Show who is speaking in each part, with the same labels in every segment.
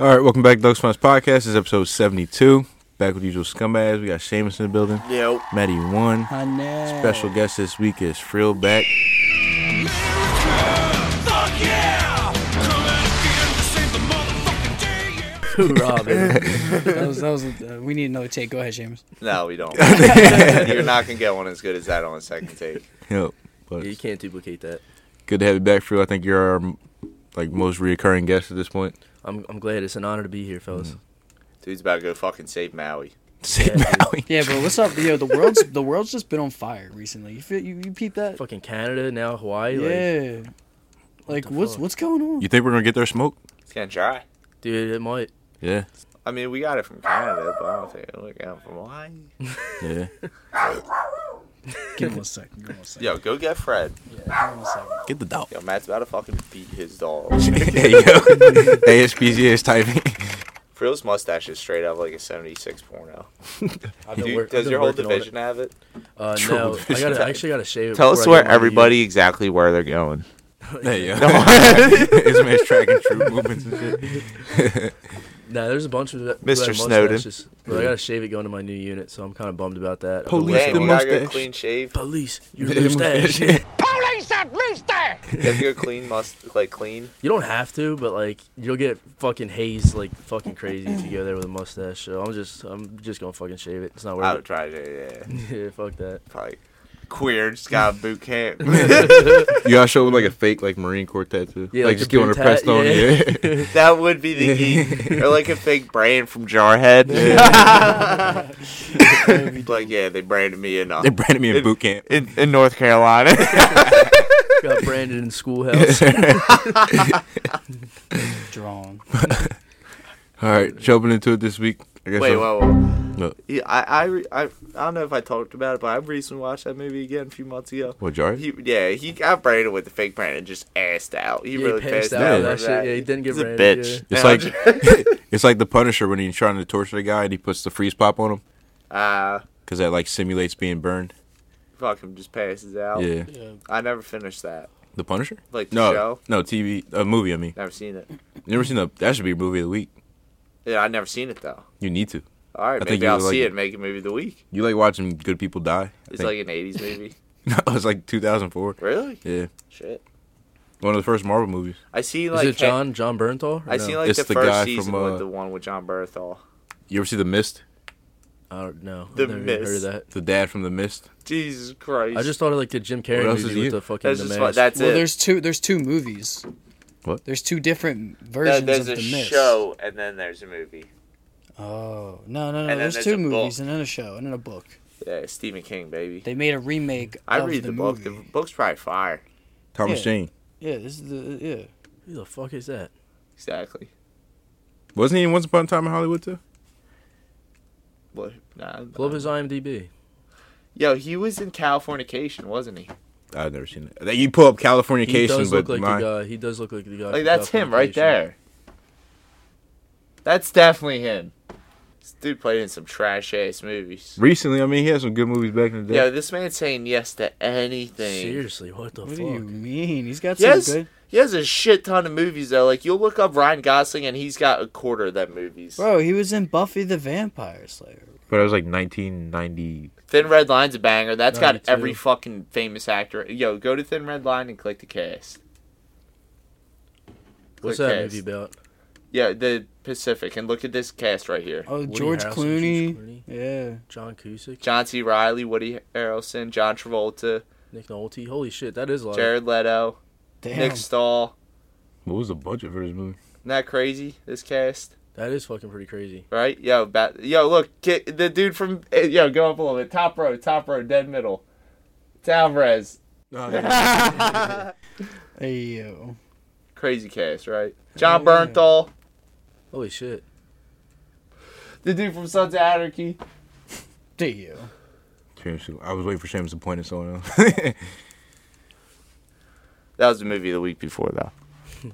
Speaker 1: All right, welcome back to Doug Smiles Podcast. This is episode 72. Back with usual scumbags. We got Seamus in the building.
Speaker 2: Yo.
Speaker 1: Maddie One.
Speaker 3: Honey.
Speaker 1: Special guest this week is Frill back.
Speaker 3: Hoorah, baby. that was, that was, uh, we need another take. Go ahead, Seamus.
Speaker 2: No, we don't. You're not gonna get one as good as that on a second take.
Speaker 1: Yep. But
Speaker 4: Yeah, you can't duplicate that.
Speaker 1: good to have you back, Frill. I think you're our like most reoccurring guest at this point.
Speaker 4: I'm I'm glad. It's an honor to be here, fellas.
Speaker 2: Mm. Dude's about to go fucking save Maui.
Speaker 1: Save
Speaker 4: Yeah,
Speaker 1: Maui.
Speaker 3: Yeah, bro. What's up? Yo, the world's the world's just been on fire recently. You feel, you, you peep that?
Speaker 4: Fucking Canada now, Hawaii. Like,
Speaker 3: yeah. Like
Speaker 4: the
Speaker 3: what's
Speaker 4: fuck?
Speaker 3: what's going on?
Speaker 1: You think we're going to get their smoke?
Speaker 2: It's gonna dry.
Speaker 4: dude, it might.
Speaker 1: Yeah.
Speaker 2: I mean, we got it from Canada, but I don't think we got it from Hawaii.
Speaker 1: Yeah.
Speaker 3: Give him a second. Give him a second.
Speaker 2: Yo, go get Fred.
Speaker 3: Yeah, give him a second.
Speaker 1: Get the dog.
Speaker 2: Yo, Matt's about to fucking beat his dog.
Speaker 1: hey, yo. ASPCA is typing.
Speaker 2: Frill's mustache is straight up like a 76 porno.
Speaker 4: I've
Speaker 2: Do
Speaker 4: been
Speaker 2: you-
Speaker 4: work- I've
Speaker 2: does
Speaker 4: been
Speaker 2: your whole
Speaker 4: working on it.
Speaker 2: division have it?
Speaker 4: Uh,
Speaker 1: True.
Speaker 4: no, I gotta I actually gotta shave. it
Speaker 2: Tell
Speaker 4: before
Speaker 2: us
Speaker 4: I
Speaker 2: where
Speaker 4: get my
Speaker 2: everybody exactly where they're going.
Speaker 1: Hey, yo. this man's tracking troop movements and shit.
Speaker 4: unit. Nah, there's a bunch of that-
Speaker 2: Mr.
Speaker 4: that
Speaker 2: Snowden.
Speaker 4: mustaches, But I gotta shave it going to my new unit, so I'm kind of bummed about that.
Speaker 1: Police
Speaker 2: Dang,
Speaker 1: the
Speaker 2: you gotta go
Speaker 1: mustache.
Speaker 2: clean shave.
Speaker 4: Police, you lose that.
Speaker 2: You have to go clean must like clean.
Speaker 4: You don't have to, but like you'll get fucking hazed like fucking crazy if you go there with a mustache. So I'm just I'm just gonna fucking shave it. It's not
Speaker 2: I
Speaker 4: worth
Speaker 2: would try to, yeah.
Speaker 4: it. yeah, fuck that.
Speaker 2: Probably queer, just got a boot camp.
Speaker 1: You got to show like a fake like Marine Corps tattoo.
Speaker 4: Yeah,
Speaker 1: like,
Speaker 4: like
Speaker 1: just
Speaker 4: the
Speaker 1: get one
Speaker 4: boot
Speaker 1: pressed
Speaker 4: tat,
Speaker 1: on.
Speaker 4: yeah.
Speaker 1: Yeah.
Speaker 2: That would be the key. or like a fake brand from Jarhead. like, yeah, they branded me in, uh,
Speaker 1: they branded me in boot camp.
Speaker 2: in, in North Carolina.
Speaker 4: Got branded in schoolhouse.
Speaker 3: Drawn.
Speaker 1: All right, jumping into it this week. I guess
Speaker 2: Wait,
Speaker 1: I'll-
Speaker 2: whoa, whoa.
Speaker 1: No.
Speaker 2: Yeah, I, I, re- I, I don't know if I talked about it, but I recently watched that movie again a few months ago.
Speaker 1: What, Jar?
Speaker 2: He, yeah, he got branded with the fake brand and just assed out. He
Speaker 4: Yeah,
Speaker 2: really
Speaker 4: passed
Speaker 2: passed
Speaker 4: out
Speaker 2: out.
Speaker 1: on
Speaker 2: about
Speaker 4: that shit. Yeah, he didn't get
Speaker 2: He's a
Speaker 4: branded,
Speaker 2: bitch.
Speaker 1: It's
Speaker 2: And I
Speaker 1: like
Speaker 2: was-
Speaker 1: it's like the Punisher when he's trying to torture the guy and he puts the freeze pop on him
Speaker 2: uh,
Speaker 1: because that like simulates being burned.
Speaker 2: fuck him, just passes out.
Speaker 1: Yeah,
Speaker 3: Yeah.
Speaker 2: I never finished that.
Speaker 1: the Punisher.
Speaker 2: Oh. Like the
Speaker 1: No,
Speaker 2: show?
Speaker 1: no TV, a movie. I mean,
Speaker 2: Never seen it.
Speaker 1: never seen that. That should be a movie of the week.
Speaker 2: Yeah, I never seen it though.
Speaker 1: You need to.
Speaker 2: All right,
Speaker 1: I think
Speaker 2: maybe
Speaker 1: you
Speaker 2: I'll
Speaker 1: would like
Speaker 2: see
Speaker 1: it.
Speaker 2: it. and Make it movie of the week.
Speaker 1: You like watching good people die? I
Speaker 2: It's
Speaker 1: think.
Speaker 2: like an '80s movie.
Speaker 1: no, it's like 2004.
Speaker 2: Really?
Speaker 1: Yeah,
Speaker 2: Shit.
Speaker 1: one of the first Marvel movies.
Speaker 2: I see
Speaker 4: Is
Speaker 2: like
Speaker 4: it John John Bernthal? or
Speaker 2: I
Speaker 4: no?
Speaker 2: see like
Speaker 1: It's
Speaker 2: the,
Speaker 1: the
Speaker 2: first
Speaker 1: guy
Speaker 2: season
Speaker 1: from, uh,
Speaker 2: with the one with John Berthal.
Speaker 1: You ever see The Mist?
Speaker 4: I don't know. I've
Speaker 2: The
Speaker 4: never even heard
Speaker 2: Mist.
Speaker 4: of that.
Speaker 1: The dad from The Mist.
Speaker 2: Jesus Christ!
Speaker 4: I just thought of like the Jim Carrey
Speaker 1: What else is
Speaker 4: movie with
Speaker 1: you?
Speaker 4: the fucking
Speaker 2: that's
Speaker 4: the
Speaker 2: just
Speaker 4: mask.
Speaker 2: what, that's
Speaker 3: Well,
Speaker 2: it.
Speaker 3: there's two there's two movies.
Speaker 1: What?
Speaker 3: There's two different
Speaker 2: There-
Speaker 3: versions
Speaker 2: there's
Speaker 3: of
Speaker 2: a
Speaker 3: the mist.
Speaker 2: show and then there's a movie.
Speaker 3: Oh no no no!
Speaker 2: then
Speaker 3: There's,
Speaker 2: there's
Speaker 3: two
Speaker 2: a book.
Speaker 3: movies and then a show and then a book.
Speaker 2: Yeah, Stephen King, baby.
Speaker 3: They made a remake.
Speaker 2: I
Speaker 3: of
Speaker 2: read the,
Speaker 3: the
Speaker 2: book. The
Speaker 3: movie.
Speaker 2: book's probably fire.
Speaker 1: Thomas
Speaker 3: Yeah.
Speaker 1: Jane.
Speaker 3: Yeah, this is the yeah.
Speaker 4: Who the fuck is that?
Speaker 2: Exactly.
Speaker 1: Wasn't he in Once Upon a Time in Hollywood too?
Speaker 2: What? Nah, I'm-
Speaker 4: Pull up his IMDb.
Speaker 2: Yo, he was in Californication, wasn't he?
Speaker 1: I've never seen it. You pull up California
Speaker 4: He
Speaker 1: Cation,
Speaker 4: does
Speaker 1: but
Speaker 4: look like
Speaker 1: mine-
Speaker 4: the guy. He does look like the guy.
Speaker 2: Like
Speaker 4: from
Speaker 2: that's him right
Speaker 4: Californication.
Speaker 2: there. That's definitely him. This dude played in some trash ass movies.
Speaker 1: recently, I mean, he had some good movies back in the day.
Speaker 2: Yo, this man's saying yes to anything.
Speaker 4: Seriously, what the
Speaker 3: What do you
Speaker 4: fuck?
Speaker 3: mean? He's got some
Speaker 2: Yes,
Speaker 3: good.
Speaker 2: he has a shit ton of movies though. Like you'll look up Ryan Gosling and he's got a quarter of that movies.
Speaker 3: Bro, he was in Buffy the Vampire Slayer.
Speaker 1: But it was like 1990.
Speaker 2: Thin Red Line's a banger. That's got
Speaker 4: 92.
Speaker 2: every fucking famous actor. Yo, go to Thin Red Line and click the cast.
Speaker 4: What's
Speaker 2: Click
Speaker 4: that
Speaker 2: cast.
Speaker 4: movie about?
Speaker 2: Yeah, the Pacific, and look at this cast right here:
Speaker 3: Oh,
Speaker 4: Woody
Speaker 3: George
Speaker 4: Harrelson,
Speaker 3: Clooney.
Speaker 4: George Clooney.
Speaker 3: Yeah.
Speaker 4: John Cusick,
Speaker 2: John C. Riley, Woody Harrelson, John Travolta,
Speaker 4: Nick Nolte. Holy shit, that is a lot. of
Speaker 2: Jared Leto,
Speaker 3: Damn.
Speaker 2: Nick Stahl.
Speaker 1: What was the budget for this movie?
Speaker 2: Isn't that crazy? This cast,
Speaker 4: That is fucking pretty crazy.
Speaker 2: right? Yo, bat- yo, look, get the dude from eh, yo, go up a little bit. Top row, top row, dead middle. It's Alvarez.
Speaker 3: Hey, yo.
Speaker 2: Crazy cast, right? John
Speaker 3: Yeah.
Speaker 2: Bernthal,
Speaker 4: Holy shit.
Speaker 2: the dude from Sons of Anarchy.
Speaker 3: Hey, yo.
Speaker 1: Seriously, I was waiting for Seamus to point at someone else.
Speaker 2: That was the movie of the week before, though.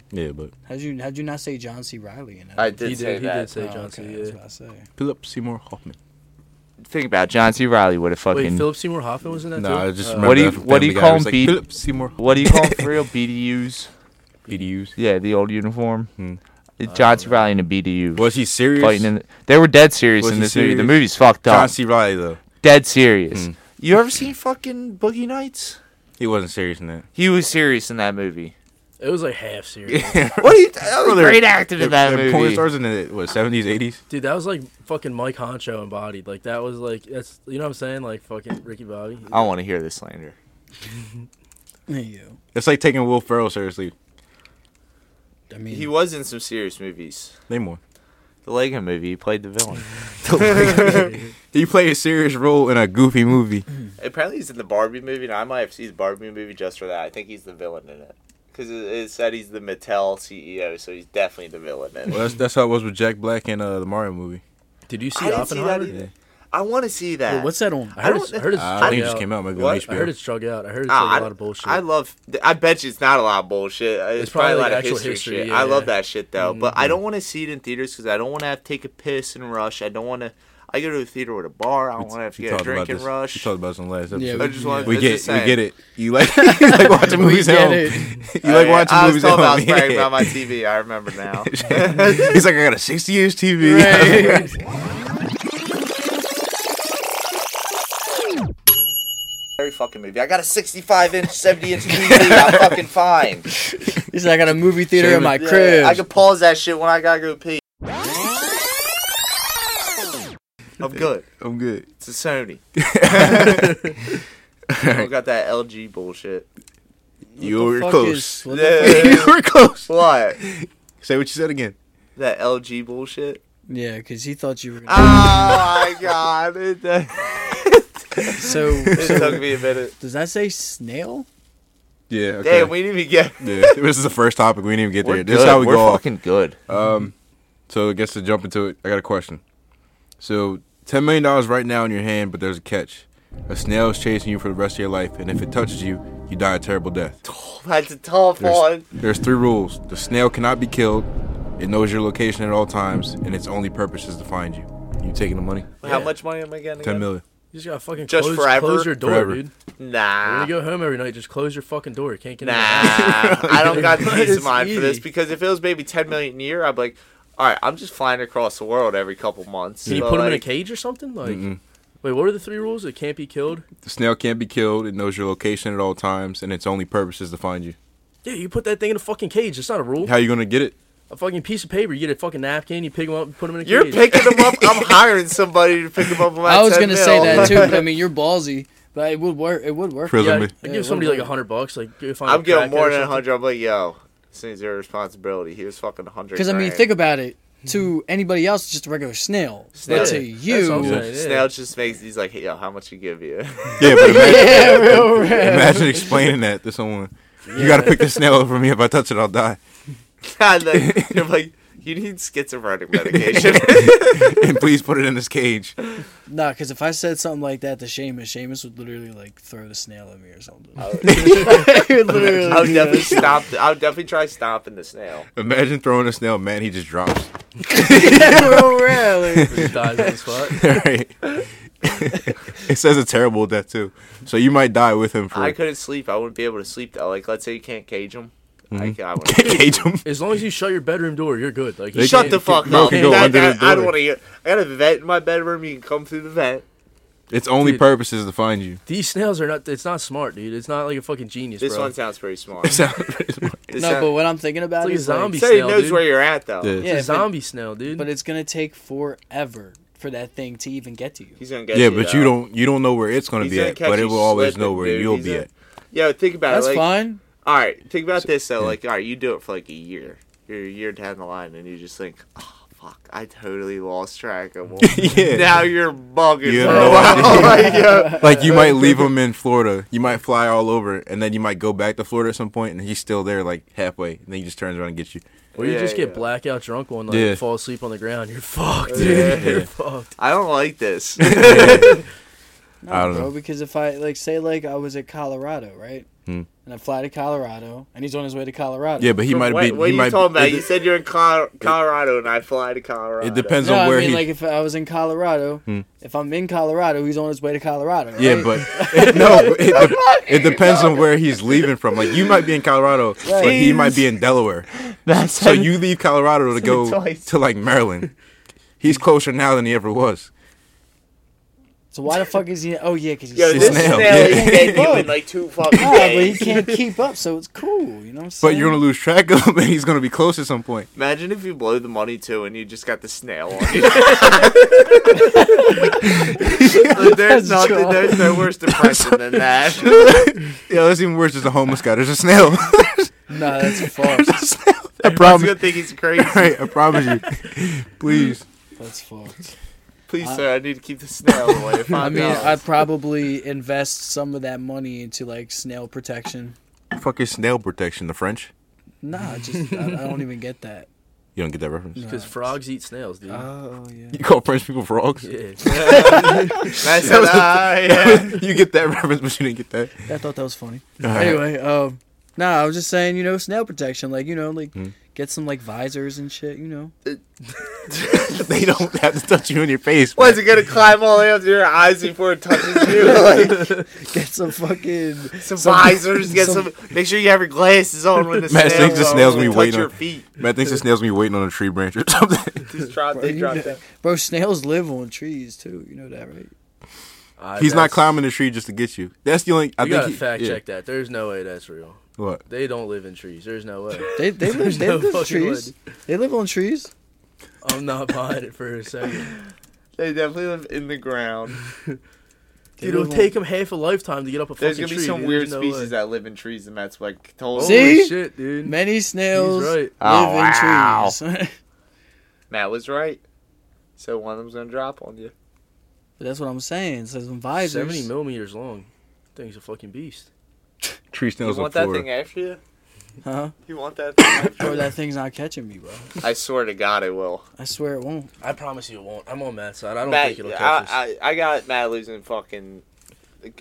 Speaker 1: yeah, but
Speaker 3: How'd you, how'd you not say John C. Riley in it?
Speaker 2: I did
Speaker 4: he
Speaker 2: say
Speaker 4: did. He
Speaker 2: that.
Speaker 4: did say
Speaker 3: Oh,
Speaker 4: John
Speaker 3: okay,
Speaker 4: C.
Speaker 3: I was
Speaker 4: yeah.
Speaker 3: about to say.
Speaker 1: Philip Seymour Hoffman.
Speaker 2: Think about it, John C. Riley would have fucking.
Speaker 4: Wait, Philip Seymour Hoffman was in that
Speaker 1: No,
Speaker 4: too.
Speaker 1: I just
Speaker 4: Uh,
Speaker 1: remember.
Speaker 2: What do you-
Speaker 1: that from
Speaker 2: what do you
Speaker 1: Family Guy.
Speaker 2: call
Speaker 1: It was
Speaker 2: him,
Speaker 1: like,
Speaker 2: Pete?
Speaker 1: Philip Seymour
Speaker 2: what do you call them for real? BDUs?
Speaker 1: BDUs.
Speaker 2: Yeah, the old uniform.
Speaker 1: Hmm.
Speaker 2: John C. Riley and a BDU
Speaker 1: Was he serious?
Speaker 2: fighting. In the, they were dead serious
Speaker 1: Was
Speaker 2: in
Speaker 1: he
Speaker 2: this movie. The
Speaker 1: serious?
Speaker 2: movie's fucked up.
Speaker 1: John C. Riley though.
Speaker 2: dead serious.
Speaker 1: Hmm.
Speaker 2: You ever seen fucking Boogie Nights?
Speaker 1: He wasn't serious in that.
Speaker 2: He was serious in that movie.
Speaker 4: It was like half serious.
Speaker 2: What are you? That was great acting
Speaker 1: Their-
Speaker 2: in that
Speaker 1: their Porn
Speaker 2: movie.
Speaker 1: stars in the what seventies, eighties.
Speaker 4: Dude, that was like fucking Mike Honcho embodied. Like that was like that's you know what I'm saying? Like fucking Ricky Bobby.
Speaker 2: I want to hear this slander.
Speaker 3: There you go.
Speaker 1: It's like taking Will Ferrell seriously.
Speaker 3: I mean, oh,
Speaker 2: He was in some serious movies.
Speaker 1: Name one.
Speaker 2: The Lego movie, he played the villain.
Speaker 1: He played a serious role in a goofy movie.
Speaker 2: Apparently, he's in the Barbie movie, and I might have seen the Barbie movie just for that. I think he's the villain in it. Because it, it said he's the Mattel CEO, so he's definitely the villain in it.
Speaker 1: Well, that's that's how it was with Jack Black in uh, the Mario movie.
Speaker 4: Did you see
Speaker 2: I didn't see that
Speaker 4: Oppenheimer?
Speaker 2: either. I want to see that.
Speaker 3: wait, what's that on?
Speaker 4: I heard,
Speaker 2: I
Speaker 4: it's, I
Speaker 2: don't-
Speaker 4: heard it's
Speaker 1: Uh, I
Speaker 4: drug
Speaker 1: think it
Speaker 4: out.
Speaker 1: just came out. Maybe on
Speaker 2: What?
Speaker 1: HBO.
Speaker 4: I heard it's drug out. I heard it's
Speaker 2: Ah,
Speaker 4: like
Speaker 2: I-
Speaker 4: a lot of bullshit.
Speaker 2: I love. I bet you it's not a lot of bullshit. Uh, It's, probably,
Speaker 4: probably,
Speaker 2: a lot
Speaker 4: like,
Speaker 2: of
Speaker 4: actual
Speaker 2: history,
Speaker 4: history,
Speaker 2: shit.
Speaker 4: yeah,
Speaker 2: I love
Speaker 4: yeah.
Speaker 2: that shit though, but
Speaker 1: Mm-hmm.
Speaker 2: I don't want to see it in theaters because I don't want to have to take a piss and rush. I don't want to. I go to a theater with a bar. I don't want to have to
Speaker 1: We
Speaker 2: get a
Speaker 1: talked about
Speaker 2: drink and
Speaker 1: this-
Speaker 2: rush.
Speaker 1: We talked about this in the last episode.
Speaker 3: Yeah,
Speaker 2: I just want.
Speaker 1: we
Speaker 2: it's
Speaker 1: get
Speaker 2: just
Speaker 1: we
Speaker 2: saying.
Speaker 1: get it. You like you like watching
Speaker 3: We
Speaker 1: movies at
Speaker 3: get
Speaker 1: home.
Speaker 3: it.
Speaker 1: You like
Speaker 2: I-
Speaker 1: watching
Speaker 2: I was
Speaker 1: movies at
Speaker 2: talking
Speaker 1: home.
Speaker 2: about I was bragging
Speaker 1: yeah.
Speaker 2: about my TV. I remember now.
Speaker 1: He's like, I got a 60 inch TV.
Speaker 3: Right.
Speaker 2: Every fucking movie. I got a 65 inch, 70 inch TV. I'm fucking fine.
Speaker 3: He's like, I got a movie theater in my
Speaker 2: Yeah,
Speaker 3: crib.
Speaker 2: I can pause that shit when I gotta go pee. I'm good.
Speaker 1: I'm good.
Speaker 2: It's a Sony. I don't got that LG bullshit.
Speaker 1: You
Speaker 3: What the
Speaker 1: were
Speaker 3: fuck
Speaker 1: close.
Speaker 3: is- what the-
Speaker 2: Yeah.
Speaker 1: you were close.
Speaker 2: what?
Speaker 1: Say what you said again.
Speaker 2: That LG bullshit?
Speaker 3: yeah, because he thought you were.
Speaker 2: Oh my god. It,
Speaker 3: so,
Speaker 2: it
Speaker 3: so
Speaker 2: took me a minute.
Speaker 3: does that say snail?
Speaker 1: Yeah. Okay.
Speaker 2: Damn, we didn't even get.
Speaker 1: yeah. This is the first topic. We didn't even get there. This is how we go off.
Speaker 2: good.
Speaker 1: Um, so I guess to jump into it, I got a question. So ten million dollars right now in your hand, but there's a catch. A snail is chasing you for the rest of your life, and if it touches you, you die a terrible death.
Speaker 2: That's a tough
Speaker 1: There's,
Speaker 2: one.
Speaker 1: there's three rules. The snail cannot be killed. It knows your location at all times, and its only purpose is to find you. You taking the money?
Speaker 2: How
Speaker 4: Yeah.
Speaker 2: much money am I getting?
Speaker 1: Ten million.
Speaker 4: You just gotta fucking
Speaker 2: Just
Speaker 4: close,
Speaker 2: forever?
Speaker 4: close your door,
Speaker 1: Forever.
Speaker 4: dude.
Speaker 2: Nah.
Speaker 4: When you go home every night, just close your fucking door. You can't get
Speaker 2: Nah,
Speaker 4: in. the house.
Speaker 2: I don't got the peace of
Speaker 3: It's
Speaker 2: mind for this
Speaker 3: easy.
Speaker 2: because if it was maybe ten million a year, I'd be like, all right, I'm just flying across the world every couple months.
Speaker 4: Can you
Speaker 2: But,
Speaker 4: put him in a
Speaker 2: like,
Speaker 4: cage or something? Like,
Speaker 1: Mm-mm.
Speaker 4: wait, what are the three rules? It can't be killed.
Speaker 1: The snail can't be killed. It knows your location at all times, and its only purpose is to find you.
Speaker 4: Yeah, you put that thing in a fucking cage. It's not a rule.
Speaker 1: How you gonna get it?
Speaker 4: A fucking piece of paper. You get a fucking napkin. You pick him up and put him in a
Speaker 2: You're
Speaker 4: cage.
Speaker 2: picking them up. I'm hiring somebody to pick them up.
Speaker 3: I was gonna say that too, but I mean, you're ballsy, but it would work. It would work.
Speaker 1: Prison.
Speaker 4: yeah,
Speaker 1: me.
Speaker 4: I give somebody like a hundred bucks. Like, go find
Speaker 2: I'm
Speaker 4: a
Speaker 2: giving
Speaker 4: crackhead
Speaker 2: more
Speaker 4: or
Speaker 2: than a
Speaker 4: something.
Speaker 2: hundred. I'm like, yo, seems your responsibility. He was fucking a hundred.
Speaker 3: Because I mean,
Speaker 2: grand.
Speaker 3: think about it. To anybody else, it's just a regular snail.
Speaker 2: Snail.
Speaker 3: But to
Speaker 4: Yeah, that's what I'm
Speaker 3: you,
Speaker 4: saying, yeah.
Speaker 2: Snail just makes. He's like, hey, yo, how much you give you?
Speaker 1: Yeah, but imagine,
Speaker 3: yeah, real
Speaker 1: imagine explaining that to someone. You gotta pick the snail up for me. If I touch it, I'll die.
Speaker 2: God, like, you're like, you need schizophrenic medication.
Speaker 1: and please put it in this cage.
Speaker 3: Nah, because if I said something like that to Seamus, Seamus would literally like throw the snail at me or something. He would literally
Speaker 2: I would
Speaker 3: do that.
Speaker 2: definitely stop. I would definitely try stopping the snail.
Speaker 1: Imagine throwing a snail, man. He just drops.
Speaker 3: Yeah, really.
Speaker 4: Just dies on the spot.
Speaker 1: Right. it says a terrible death too. So you might die with him for
Speaker 2: I couldn't sleep. I wouldn't be able to sleep though. Like, let's say you can't cage them.
Speaker 1: Mm-hmm.
Speaker 2: I, ca- I wouldn't.
Speaker 1: cage him.
Speaker 4: As long as you shut your bedroom door, you're good. Like,
Speaker 1: They
Speaker 4: you
Speaker 2: Shut
Speaker 4: can't-
Speaker 2: the fuck
Speaker 1: no,
Speaker 2: up.
Speaker 1: can go
Speaker 2: That-
Speaker 1: under
Speaker 2: that-
Speaker 1: the
Speaker 2: I don't
Speaker 1: door.
Speaker 2: want to hear. I got a vent in my bedroom. You can come through the vent.
Speaker 1: Its only
Speaker 4: Dude.
Speaker 1: purpose is to find you.
Speaker 4: These snails are not. It's not smart, dude. It's not like a fucking genius,
Speaker 2: This
Speaker 4: bro.
Speaker 2: one sounds pretty smart.
Speaker 1: It sounds pretty smart.
Speaker 2: This
Speaker 3: No,
Speaker 2: sound-
Speaker 3: but what I'm thinking about
Speaker 4: It's like
Speaker 3: is like,
Speaker 4: a zombie.
Speaker 2: so he
Speaker 4: snail,
Speaker 2: knows
Speaker 4: dude.
Speaker 2: where you're at though.
Speaker 1: Yeah.
Speaker 4: It's
Speaker 3: Yeah,
Speaker 4: a
Speaker 3: but-
Speaker 4: zombie snail, dude.
Speaker 3: but it's gonna take forever for that thing to even get to you.
Speaker 2: He's gonna get
Speaker 1: Yeah,
Speaker 2: you,
Speaker 1: but
Speaker 2: though.
Speaker 1: you don't you don't know where it's gonna
Speaker 2: He's
Speaker 1: be
Speaker 2: gonna
Speaker 1: at,
Speaker 2: catch
Speaker 1: but it
Speaker 2: you
Speaker 1: will always
Speaker 2: slipping,
Speaker 1: know where
Speaker 2: dude.
Speaker 1: you'll
Speaker 2: He's
Speaker 1: be
Speaker 2: a-
Speaker 1: at.
Speaker 2: Yo, think about
Speaker 3: That's
Speaker 2: it. Like,
Speaker 3: fine.
Speaker 2: all right, think about this though. Like, all right, you do it for like a year. You're a year down the line, and you just think, oh fuck, I totally lost track of. Them.
Speaker 1: Yeah.
Speaker 2: Now you're bugging.
Speaker 1: You
Speaker 2: me.
Speaker 1: have no idea.
Speaker 2: Like, yo,
Speaker 1: Like you might leave him in Florida, you might fly all over, and then you might go back to Florida at some point, and he's still there, like halfway, and then he just turns around and gets you.
Speaker 4: Or you
Speaker 2: Yeah,
Speaker 4: just get
Speaker 2: yeah.
Speaker 4: blackout drunk one night
Speaker 1: Yeah.
Speaker 4: and fall asleep on the ground. You're fucked, dude.
Speaker 2: Yeah.
Speaker 4: You're
Speaker 1: Yeah.
Speaker 4: fucked.
Speaker 2: I don't like this.
Speaker 3: No,
Speaker 1: I don't
Speaker 3: bro,
Speaker 1: know.
Speaker 3: because if I like say like I was at Colorado, right?
Speaker 1: Hmm.
Speaker 3: And and I fly to Colorado, and he's on his way to Colorado.
Speaker 1: Yeah, but he
Speaker 2: From
Speaker 1: might
Speaker 2: what,
Speaker 1: be.
Speaker 2: What
Speaker 1: he
Speaker 2: are you
Speaker 1: might,
Speaker 2: talking about?
Speaker 1: It,
Speaker 2: you said you're in Col- Colorado, and I fly to Colorado.
Speaker 1: it depends
Speaker 3: No,
Speaker 1: on
Speaker 3: I
Speaker 1: where
Speaker 3: mean,
Speaker 1: he.
Speaker 3: like if I was in Colorado,
Speaker 1: Hmm.
Speaker 3: if I'm in Colorado, he's on his way to Colorado. Right?
Speaker 1: yeah, but no, it, de- it depends on where he's leaving from. Like you might be in Colorado, but he might be in Delaware.
Speaker 5: That's
Speaker 1: So you leave Colorado to go
Speaker 5: Twice.
Speaker 1: to like Maryland. He's closer now than he ever was.
Speaker 3: So why the fuck is he? Oh yeah, because he's
Speaker 2: Yo,
Speaker 1: It's
Speaker 2: this
Speaker 1: snail,
Speaker 2: snail,
Speaker 1: yeah.
Speaker 2: is dead you in like two fucking
Speaker 3: Ah, but he
Speaker 2: days.
Speaker 3: can't keep up, so it's cool. You know what I'm saying?
Speaker 1: But you're gonna lose track of him, and he's gonna be close at some point.
Speaker 2: Imagine if you blow the money too, and you just got the snail on you. Like, there's
Speaker 3: That's
Speaker 2: nothing.
Speaker 3: true.
Speaker 2: There's no worse depression than that.
Speaker 1: Yeah, that's even worse. There's a homeless guy. There's a snail.
Speaker 3: no, that's false.
Speaker 1: There's a snail. I
Speaker 2: I'm
Speaker 1: promise.
Speaker 2: gonna think he's crazy.
Speaker 1: All right, I promise you. Please.
Speaker 3: That's false.
Speaker 2: Please, sir, I need to keep the snail away.
Speaker 3: I mean, I'd probably invest some of that money into like snail protection.
Speaker 1: Fuck is snail protection, the French.
Speaker 3: Nah, just I, I don't even get that.
Speaker 1: You Uh, don't get that reference.
Speaker 4: Because frogs eat snails, dude.
Speaker 3: Oh yeah.
Speaker 1: You call French people frogs?
Speaker 4: yeah.
Speaker 2: I said, ah, yeah.
Speaker 1: you get that reference, but you didn't get that.
Speaker 3: I thought that was funny.
Speaker 1: All right.
Speaker 3: Anyway, um, nah, I was just saying, you know, snail protection, like you know, like
Speaker 1: Hmm.
Speaker 3: get some like visors and shit, you know.
Speaker 1: they don't have to touch you in your face.
Speaker 2: Why
Speaker 1: man.
Speaker 2: is it gonna climb all the way up to your eyes before it touches you? Like,
Speaker 3: Get some fucking
Speaker 2: some, visors. Get some,
Speaker 3: some-
Speaker 2: Make sure you have your glasses on when the
Speaker 1: Man,
Speaker 2: snail.
Speaker 1: things the snails gonna be
Speaker 2: touch
Speaker 1: waiting
Speaker 2: your
Speaker 1: on-
Speaker 2: feet.
Speaker 1: Matt thinks the snail's gonna be waiting on a tree branch or something.
Speaker 2: Just drop,
Speaker 3: Bro,
Speaker 2: they
Speaker 3: you
Speaker 2: drop
Speaker 3: know-
Speaker 2: that.
Speaker 3: bro. Snails live on trees too. You know that, right?
Speaker 4: Ah,
Speaker 1: He's not
Speaker 4: that's-
Speaker 1: climbing the tree just to get you. That's the only. I
Speaker 4: We
Speaker 1: think.
Speaker 4: gotta
Speaker 1: he-
Speaker 4: fact
Speaker 1: yeah.
Speaker 4: check that. There's no way that's real.
Speaker 1: What?
Speaker 4: They don't live in trees. There's no way.
Speaker 3: They they live they
Speaker 4: No
Speaker 3: live on
Speaker 4: fucking
Speaker 3: trees. They live on trees.
Speaker 4: I'm not buying it for a second.
Speaker 2: They definitely live in the ground.
Speaker 3: They
Speaker 4: Dude, it'll
Speaker 3: live on-
Speaker 4: take him half a lifetime to get up a
Speaker 2: There's
Speaker 4: fucking
Speaker 2: gonna be
Speaker 4: tree,
Speaker 2: some
Speaker 4: dude.
Speaker 2: weird
Speaker 4: There's no
Speaker 2: species
Speaker 4: way.
Speaker 2: that live in trees, and that's like told.
Speaker 4: Holy
Speaker 3: See?
Speaker 4: shit, dude.
Speaker 3: Many snails
Speaker 4: He's right.
Speaker 3: live
Speaker 2: Oh, wow.
Speaker 3: in trees.
Speaker 2: Matt was right. So one of them's gonna drop on you.
Speaker 3: but that's what I'm saying. So some visors.
Speaker 4: 70 millimeters long. Thing's a fucking beast.
Speaker 1: Tree snails
Speaker 2: you
Speaker 1: on
Speaker 2: want that
Speaker 1: Florida.
Speaker 2: thing after you?
Speaker 3: huh?
Speaker 2: You want that? Thing
Speaker 3: Bro,
Speaker 2: after you?
Speaker 3: that thing's not catching me, bro.
Speaker 2: I swear to God, it will.
Speaker 3: I swear it won't.
Speaker 4: I promise you it won't. I'm on Matt's side. I don't
Speaker 2: Matt,
Speaker 4: think it'll catch us.
Speaker 2: I, I, I got Matt losing fucking.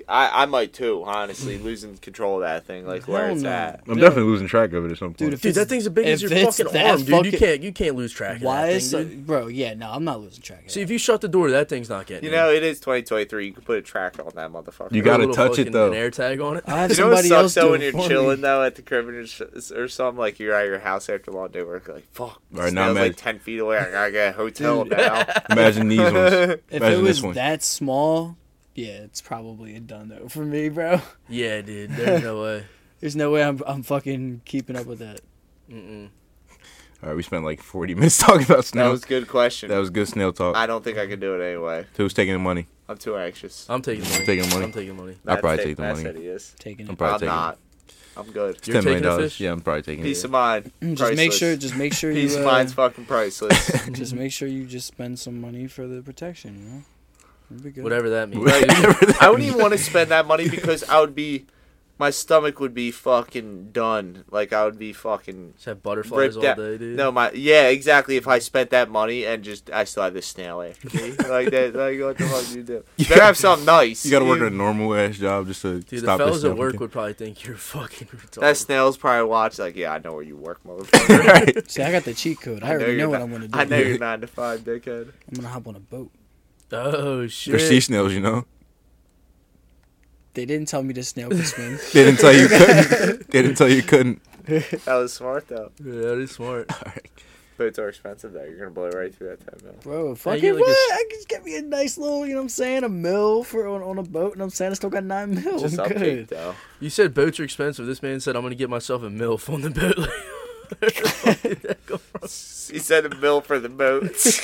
Speaker 2: I, I might too, honestly, losing control of that thing, like where
Speaker 3: Hell
Speaker 2: it's
Speaker 3: no.
Speaker 2: at.
Speaker 1: I'm
Speaker 3: No.
Speaker 1: definitely losing track of it at some point.
Speaker 3: Dude, if
Speaker 4: Dude, that
Speaker 3: it's-
Speaker 4: thing's as big as
Speaker 3: if
Speaker 4: your
Speaker 3: it's
Speaker 4: fucking
Speaker 3: that
Speaker 4: arm, dude. you
Speaker 3: fucking-
Speaker 4: can't you can't lose track of
Speaker 3: Why
Speaker 4: that
Speaker 3: is
Speaker 4: thing,
Speaker 3: so-
Speaker 4: dude.
Speaker 3: bro? Yeah, no, I'm not losing track. Of
Speaker 4: See,
Speaker 3: that.
Speaker 4: if you shut the door, that thing's not getting.
Speaker 2: You
Speaker 4: in.
Speaker 2: know, it is 2023. You can put a tracker on that motherfucker.
Speaker 1: You
Speaker 4: Put a
Speaker 1: gotta
Speaker 4: little
Speaker 1: touch it,
Speaker 4: fucking-
Speaker 1: though.
Speaker 4: An air tag on it.
Speaker 3: I have
Speaker 2: You know what
Speaker 3: somebody
Speaker 2: sucks
Speaker 3: else do
Speaker 2: though when
Speaker 3: it
Speaker 2: you're
Speaker 3: for me.
Speaker 2: chilling though at the crib and sh- or something like you're at your house after long day work like fuck
Speaker 1: All right,
Speaker 2: right
Speaker 1: now
Speaker 2: now
Speaker 1: imagine-
Speaker 2: like ten feet away I gotta get a hotel
Speaker 3: Dude.
Speaker 2: now
Speaker 1: Imagine these ones.
Speaker 3: If
Speaker 1: Imagine this
Speaker 3: it was
Speaker 1: one.
Speaker 3: that small, yeah, it's probably a done though for me, bro.
Speaker 4: Yeah, dude. There's no way.
Speaker 3: There's no way I'm I'm fucking keeping up with that.
Speaker 4: Mm-mm.
Speaker 1: All right, we spent like 40 minutes talking about
Speaker 2: that
Speaker 1: snails.
Speaker 2: was a good question
Speaker 1: That was good snail talk.
Speaker 2: I don't think I can do it anyway
Speaker 1: Who's taking the money?
Speaker 2: I'm too anxious
Speaker 4: I'm taking money.
Speaker 1: taking money.
Speaker 4: I'm taking money.
Speaker 1: I'll
Speaker 2: Matt
Speaker 1: probably
Speaker 2: said-
Speaker 1: take the
Speaker 2: Matt
Speaker 1: money.
Speaker 2: said he is.
Speaker 3: Taking
Speaker 1: I'm
Speaker 3: it.
Speaker 1: probably taking
Speaker 2: I'm not I'm good
Speaker 1: It's
Speaker 4: You're
Speaker 1: $10 million.
Speaker 4: taking the fish?
Speaker 1: Yeah, I'm probably taking
Speaker 2: peace
Speaker 1: it.
Speaker 2: of mind
Speaker 3: Mm, just make
Speaker 2: Priceless.
Speaker 3: sure. Just make sure
Speaker 2: peace
Speaker 3: you.
Speaker 2: of
Speaker 3: uh,
Speaker 2: mind's fucking priceless
Speaker 3: just make sure you just spend some money for the protection. You know, It'd be good.
Speaker 4: Whatever that means.
Speaker 1: Whatever
Speaker 4: dude.
Speaker 1: that
Speaker 2: I wouldn't
Speaker 1: means.
Speaker 2: even want to spend that money because I would be my stomach would be fucking done like I would be fucking
Speaker 4: Just have butterflies
Speaker 2: Ripped
Speaker 4: all
Speaker 2: out.
Speaker 4: day, dude.
Speaker 2: No, my yeah, exactly. If I spent that money and just I still have this snail after me, like that, like what the fuck do you do? You better have something nice.
Speaker 1: You gotta work
Speaker 2: You-
Speaker 1: a normal ass job just to
Speaker 4: Dude,
Speaker 1: stop
Speaker 4: the
Speaker 1: this
Speaker 4: fellas
Speaker 1: snail
Speaker 4: at
Speaker 1: from
Speaker 4: work
Speaker 1: getting-
Speaker 4: would probably think you're fucking retarded.
Speaker 2: That snail's probably watch like, yeah, I know where you work, motherfucker.
Speaker 1: right.
Speaker 3: See, I got the cheat code. I,
Speaker 2: I know
Speaker 3: already
Speaker 2: you're
Speaker 3: know what
Speaker 2: not-
Speaker 3: I'm gonna do.
Speaker 2: I know
Speaker 3: I'm
Speaker 2: you're nine to five, dickhead.
Speaker 3: gonna hop on a boat.
Speaker 4: oh shit.
Speaker 1: They're sea snails, you know.
Speaker 3: They didn't tell me the snail could swim.
Speaker 1: They didn't tell you couldn't. they didn't tell you couldn't.
Speaker 2: That was smart though.
Speaker 4: Yeah, that is smart.
Speaker 2: Boats are expensive though. You're gonna blow right through that ten mil.
Speaker 3: Bro,
Speaker 4: I
Speaker 3: fucking
Speaker 4: get like a
Speaker 3: what?
Speaker 4: s-
Speaker 3: I can just get me a nice little, you know what I'm saying, a mill for on, on a boat, and I'm saying I still got nine mil.
Speaker 2: Just
Speaker 3: I'm
Speaker 2: update
Speaker 3: Oh, good.
Speaker 2: though.
Speaker 4: You said boats are expensive. This man said I'm gonna get myself a milf on the boat. Like, where the fuck did that come from?
Speaker 2: He said a bill for the boats.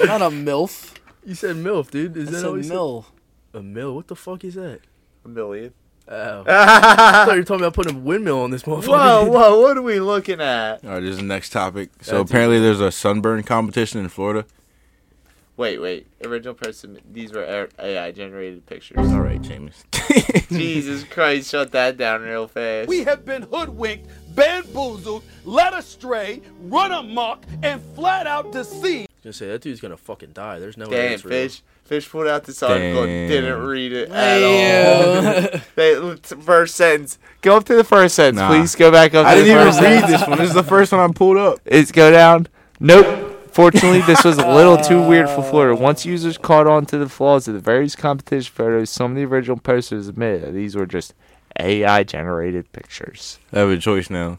Speaker 3: Not a milf.
Speaker 4: You said milf, dude. Is
Speaker 3: It's
Speaker 4: that
Speaker 3: a
Speaker 4: all you said?
Speaker 3: mill.
Speaker 4: A mill? What the fuck is that?
Speaker 2: a million.
Speaker 4: Oh.
Speaker 1: Uh,
Speaker 4: I
Speaker 2: whoa,
Speaker 4: thought you were talking about putting a windmill on this motherfucker.
Speaker 2: whoa, what are we looking at?
Speaker 1: All right, this is the next topic. So
Speaker 4: That's it.
Speaker 1: apparently, there's a sunburn competition in Florida.
Speaker 2: Wait, wait. Original person. These were AI generated pictures.
Speaker 1: All right, James.
Speaker 2: Jesus Christ, shut that down real fast.
Speaker 6: We have been hoodwinked, bamboozled, led astray, run amok, and flat out deceived.
Speaker 4: I was gonna say that dude's gonna fucking die. There's no way
Speaker 2: Damn,
Speaker 4: that's real.
Speaker 2: fish. Fish put out this article
Speaker 1: Damn.
Speaker 2: and didn't read it at all.
Speaker 3: Ayo.
Speaker 2: They, first sentence. Go up to the first sentence.
Speaker 1: Nah.
Speaker 2: Please go back up
Speaker 1: I
Speaker 2: to the
Speaker 1: didn't even
Speaker 2: first
Speaker 1: read this one. This is the first one I pulled up.
Speaker 2: It's go down. Nope. Fortunately, this was a little too weird for Florida. Once users caught on to the flaws of the various competition photos, some of the original posters admitted that these were just AI generated pictures.
Speaker 1: I have a choice now.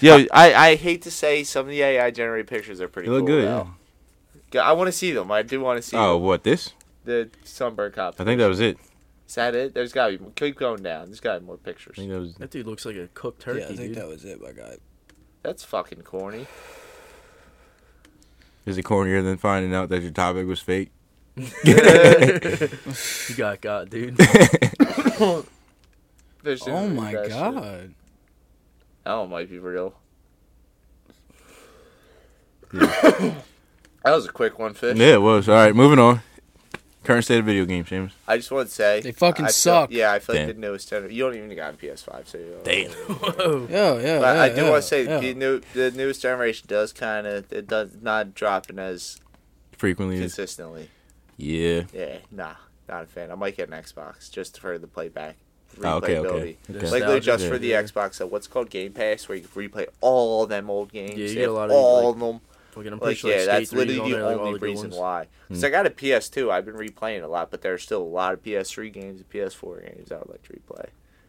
Speaker 2: Yo, I, I hate to say some of the AI generated pictures are pretty
Speaker 1: They look
Speaker 2: cool.
Speaker 1: good.
Speaker 2: though. Go- I want to see them. I do want to see
Speaker 1: yeah. Oh,
Speaker 2: them.
Speaker 1: what this?
Speaker 2: the sunbird copy.
Speaker 1: I think that was it.
Speaker 2: Is that it? There's got to be. Keep going down. There's got to be more pictures.
Speaker 1: I think that was.
Speaker 4: That dude looks like a cooked turkey,
Speaker 3: yeah, I think
Speaker 4: dude.
Speaker 3: that was it, my guy.
Speaker 2: That's fucking corny.
Speaker 1: Is it cornier than finding out that your topic was fake?
Speaker 4: You got got, dude.
Speaker 2: There's
Speaker 3: Oh my
Speaker 2: that shit.
Speaker 3: god.
Speaker 2: That one might be real. that was a quick one, Fish.
Speaker 1: Yeah, it was. All right, moving on. Current state of video games, James.
Speaker 2: I just want to say
Speaker 3: They fucking
Speaker 2: I feel-
Speaker 3: suck.
Speaker 2: yeah, I feel like
Speaker 1: Damn.
Speaker 2: the newest generation. You don't even got on PS5, so you don't-
Speaker 4: Whoa.
Speaker 3: Yeah, yeah.
Speaker 2: But
Speaker 3: yeah,
Speaker 2: I do
Speaker 3: yeah,
Speaker 2: want to say
Speaker 3: yeah.
Speaker 2: the new the newest generation does kind of it does not dropping as
Speaker 1: Frequently. is-
Speaker 2: consistently.
Speaker 1: Yeah.
Speaker 2: Yeah, nah, not a fan. I might get an Xbox just for the playback.
Speaker 1: Oh, okay, okay,
Speaker 2: replayability.
Speaker 1: okay.
Speaker 2: Like literally just
Speaker 4: Yeah.
Speaker 2: for the Xbox, so what's called Game Pass, where you can replay all them old games.
Speaker 4: Yeah, you
Speaker 2: They
Speaker 4: get a
Speaker 2: have
Speaker 4: lot of,
Speaker 2: all
Speaker 4: like,
Speaker 2: of them.
Speaker 4: Fucking, I'm pretty
Speaker 2: Like,
Speaker 4: sure
Speaker 2: yeah,
Speaker 4: like,
Speaker 2: that's
Speaker 4: Skate 3
Speaker 2: literally
Speaker 4: is on
Speaker 2: the
Speaker 4: there, like, all
Speaker 2: only
Speaker 4: the good
Speaker 2: reason
Speaker 4: ones.
Speaker 2: why.
Speaker 1: Hmm.
Speaker 2: Because I got a PS2, I've been replaying a lot, but there's still a lot of PS3 games and PS4 games I would like to replay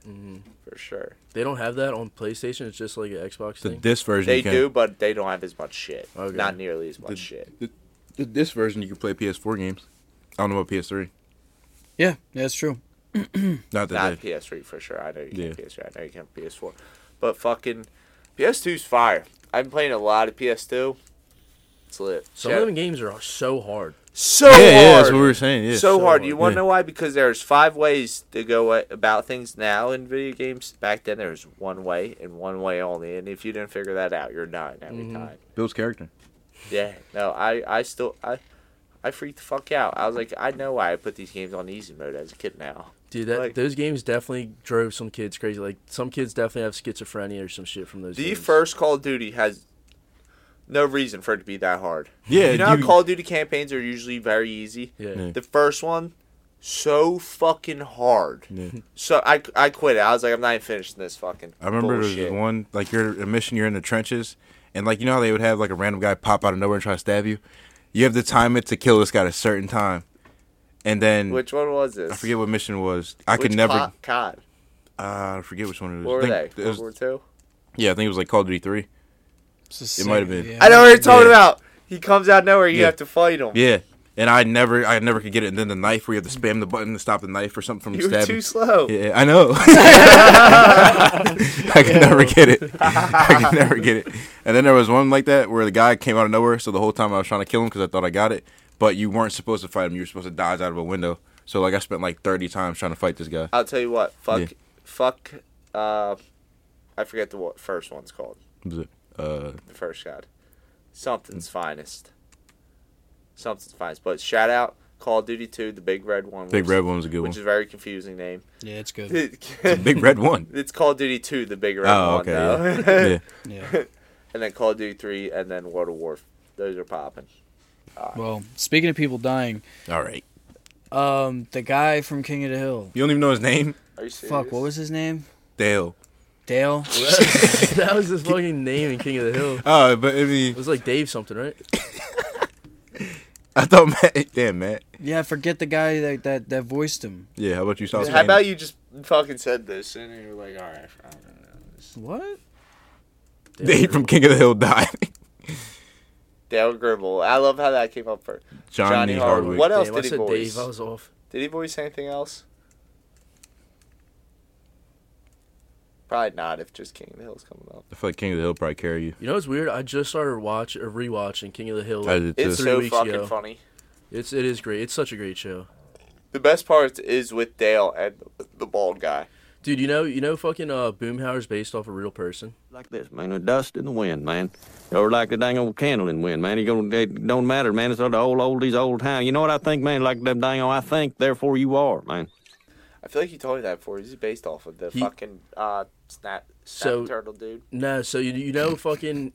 Speaker 4: Mhm.
Speaker 2: for sure.
Speaker 4: They don't have that on PlayStation. It's just like an Xbox
Speaker 1: The
Speaker 4: thing.
Speaker 1: this version.
Speaker 2: They
Speaker 1: you can,
Speaker 2: do, but they don't have as much shit.
Speaker 4: Okay.
Speaker 2: Not nearly as much
Speaker 1: The-
Speaker 2: shit.
Speaker 1: The this version, you can play PS4 games. I don't know about PS3.
Speaker 3: Yeah, that's true.
Speaker 1: Not that.
Speaker 2: Not
Speaker 1: bad.
Speaker 2: PS3 for sure. I know you
Speaker 1: Yeah.
Speaker 2: can't PS3. I know you can't PS4. But fucking PS2's fire. I've been playing a lot of PS2. It's lit.
Speaker 4: Some
Speaker 2: Shout-
Speaker 4: of them games are so hard.
Speaker 2: so
Speaker 1: yeah, yeah,
Speaker 2: hard.
Speaker 1: that's what we were saying. Yeah.
Speaker 2: so,
Speaker 4: so
Speaker 2: hard.
Speaker 4: hard.
Speaker 2: You want to
Speaker 1: Yeah.
Speaker 2: know why? Because there's five ways to go a- about things now in video games. Back then, there was one way and one way only. And if you didn't figure that out, you're dying every time.
Speaker 1: Bill's character.
Speaker 2: Yeah. No, I, I still, I, I freaked the fuck out. I was like, I know why I put these games on easy mode as a kid now.
Speaker 4: Dude, that,
Speaker 2: Like-
Speaker 4: those games definitely drove some kids crazy. Like some kids definitely have schizophrenia or some shit from those.
Speaker 2: The
Speaker 4: games.
Speaker 2: first Call of Duty has no reason for it to be that hard.
Speaker 1: Yeah.
Speaker 2: you know how Call of Duty campaigns are usually very easy.
Speaker 4: yeah.
Speaker 1: Yeah.
Speaker 2: The first one, so fucking hard. So I, I quit it. I was like, I'm not even finishing this fucking.
Speaker 1: I remember there
Speaker 2: bullshit.
Speaker 1: was one like you're a mission, you're in the trenches, and like you know how they would have like a random guy pop out of nowhere and try to stab you. You have to time it to kill this guy at a certain time, and then
Speaker 2: Which one was this?
Speaker 1: I forget what mission it was. I
Speaker 2: Which
Speaker 1: could never.
Speaker 2: co- COD.
Speaker 1: Uh, I forget which one it was.
Speaker 2: What were
Speaker 1: I think
Speaker 2: they?
Speaker 1: it was-
Speaker 2: World War Two.
Speaker 1: yeah, I think it was like Call of Duty Three.
Speaker 3: It's
Speaker 1: It
Speaker 3: the
Speaker 1: might have
Speaker 3: same-
Speaker 1: been.
Speaker 3: yeah.
Speaker 2: I know what you're talking
Speaker 1: Yeah.
Speaker 2: about. He comes out nowhere. You
Speaker 1: Yeah.
Speaker 2: have to fight him.
Speaker 1: Yeah, and I never, I never could get it. And then the knife, where you have to spam the button to stop the knife or something from
Speaker 2: You were
Speaker 1: stabbing.
Speaker 2: too slow.
Speaker 1: Yeah, I know. I could never get it. I could never get it. And then there was one like that where the guy came out of nowhere. So the whole time I was trying to kill him because I thought I got it, but you weren't supposed to fight him. You were supposed to dodge out of a window. So like I spent like thirty times trying to fight this guy.
Speaker 2: I'll tell you what. Fuck.
Speaker 1: Yeah.
Speaker 2: Fuck. Uh, I forget the what first one's called.
Speaker 1: Was it, Uh,
Speaker 2: The first COD. Something's
Speaker 1: Hmm.
Speaker 2: finest. Something's finest. But shout out Call of Duty Two, the big red one.
Speaker 1: Big
Speaker 2: which-
Speaker 1: Red one was a good
Speaker 2: which
Speaker 1: one.
Speaker 2: is a very confusing name.
Speaker 3: Yeah, it's good.
Speaker 2: it's
Speaker 1: Big Red one.
Speaker 2: Call of Duty Two, the big red
Speaker 1: Oh,
Speaker 2: one.
Speaker 1: okay,
Speaker 2: though.
Speaker 1: Yeah.
Speaker 3: Yeah.
Speaker 2: and then Call of Duty Three, and then World of War. Those are popping.
Speaker 3: Well, speaking of people dying,
Speaker 1: All right.
Speaker 3: um, the guy from King of the Hill.
Speaker 1: You don't even know his name.
Speaker 2: Are you serious?
Speaker 3: Fuck, what was his name?
Speaker 1: Dale.
Speaker 3: Dale.
Speaker 4: that was his fucking name in King of the Hill. It
Speaker 1: Oh, but I mean,
Speaker 4: was like Dave something, right?
Speaker 1: I thought Matt. Damn, Matt.
Speaker 3: Yeah, I forget the guy that that, that voiced him.
Speaker 1: Yeah. How about you? South
Speaker 2: How
Speaker 1: Spain?
Speaker 2: about you just fucking said this, and you're like, all right, I don't know.
Speaker 3: What?
Speaker 1: Dave from King of the Hill died.
Speaker 2: Dale Gribble. I love how that came up first.
Speaker 1: Johnny,
Speaker 2: Johnny Hardwick.
Speaker 1: Hardwick.
Speaker 2: What else
Speaker 4: Damn,
Speaker 2: did
Speaker 4: I
Speaker 2: he
Speaker 4: said
Speaker 2: voice?
Speaker 4: Dave. I was off.
Speaker 2: Did he voice anything else? Probably not. If just King of the Hill's coming up,
Speaker 1: I feel like King of the Hill probably carry you.
Speaker 4: You know what's weird? I just started watch or rewatching King of the Hill.
Speaker 1: I did too.
Speaker 2: it's
Speaker 4: Three
Speaker 2: so
Speaker 4: weeks
Speaker 2: fucking
Speaker 4: ago.
Speaker 2: funny.
Speaker 4: It's it is great. It's such a great show,
Speaker 2: The best part is with Dale and the bald guy.
Speaker 4: dude. You know you know fucking uh, Boomhauer's based off a real person.
Speaker 7: Like this, man. The dust in the wind, man. Or like the dang old candle in the wind, man. You gonna, it don't matter, man. It's all the old, old, these old time. You know what I think, man? Like them dang old, I think, therefore you are, man.
Speaker 2: I feel like you told me that before. He's based off of the
Speaker 4: He-
Speaker 2: fucking uh, snap, snap
Speaker 4: So-
Speaker 2: turtle dude.
Speaker 4: No, so you you know fucking,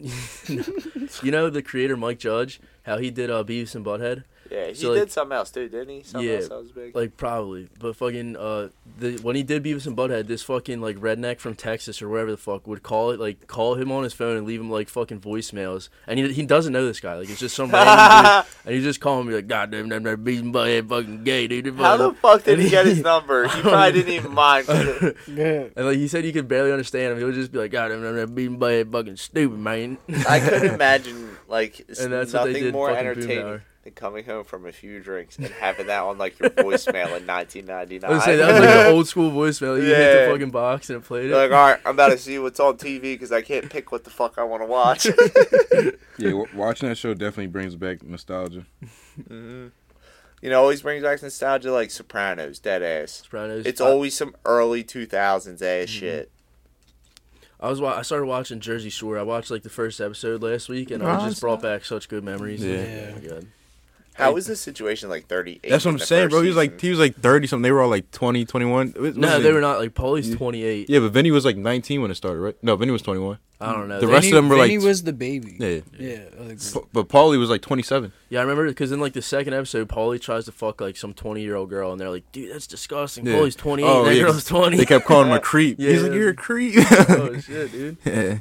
Speaker 4: you know the creator Mike Judge how he did uh, Beavis and Butthead.
Speaker 2: Yeah, he
Speaker 4: So, like-
Speaker 2: did something else too, didn't he? Something
Speaker 4: Yeah,
Speaker 2: else that was big.
Speaker 4: Like probably, but fucking uh, the, when he did Beavis and Butthead, this fucking like redneck from Texas or wherever the fuck would call it like call him on his phone and leave him like fucking voicemails, and he, he doesn't know this guy. Like it's just some random dude, and he's just calling me like, God damn, damn, damn, Beavis and Butthead, fucking gay, dude. they're
Speaker 2: How the
Speaker 4: fucking-"
Speaker 2: fuck did
Speaker 4: and
Speaker 2: he get his number? He probably didn't even mind. 'cause it-
Speaker 3: Yeah.
Speaker 4: And like he said, you could barely understand him. He would just be like, God damn, damn, damn, Beavis and Butthead, fucking stupid man.
Speaker 2: I could imagine like s-
Speaker 4: And that's what they
Speaker 2: nothing
Speaker 4: did
Speaker 2: more
Speaker 4: fucking Boom
Speaker 2: entertaining
Speaker 4: Hour.
Speaker 2: than coming home from a few drinks and having that on like your voicemail in 1999.
Speaker 4: I would say that was like an old school voicemail. You hit
Speaker 2: Yeah.
Speaker 4: the fucking box and it played
Speaker 2: You're like,
Speaker 4: it.
Speaker 2: all right, I'm about to see what's on TV because I can't pick what the fuck I want to watch.
Speaker 1: Yeah, w- watching that show definitely brings back nostalgia.
Speaker 2: you know, always brings back nostalgia like Sopranos, dead ass.
Speaker 4: Sopranos.
Speaker 2: It's
Speaker 4: I-
Speaker 2: always some early 2000s ass
Speaker 1: Mm-hmm.
Speaker 2: shit.
Speaker 4: I was wa- I started watching Jersey Shore. I watched like the first episode last week, and I was just brought back such good memories.
Speaker 1: Yeah.
Speaker 4: Oh my God.
Speaker 2: How was this situation like 38?
Speaker 1: That's what
Speaker 2: in
Speaker 1: I'm
Speaker 2: the
Speaker 1: saying,
Speaker 2: first
Speaker 1: bro. He was like
Speaker 2: season?
Speaker 1: he was like 30 something. They were all like 20, 21. It was-
Speaker 4: No,
Speaker 1: was
Speaker 4: they
Speaker 1: it-
Speaker 4: were not like Paulie's twenty eight.
Speaker 1: Yeah, but Vinny was like 19 when it started, right? No, Vinny was 21.
Speaker 4: I don't know.
Speaker 1: The
Speaker 4: They-
Speaker 1: rest of them were, like,
Speaker 3: Vinny was the baby.
Speaker 1: Yeah.
Speaker 3: Yeah. I think
Speaker 1: P- but Paulie was like 27.
Speaker 4: yeah, I remember because in like the second episode, Paulie tries to fuck like some twenty year old girl, and they're like, "Dude, that's disgusting."
Speaker 1: Yeah.
Speaker 4: Paulie's twenty eight.
Speaker 1: Oh,
Speaker 4: that
Speaker 1: yeah, 'cause
Speaker 4: girl's twenty.
Speaker 1: They kept calling him a creep.
Speaker 4: Yeah.
Speaker 1: He's like, you're a creep.
Speaker 4: oh shit, dude.
Speaker 1: Yeah.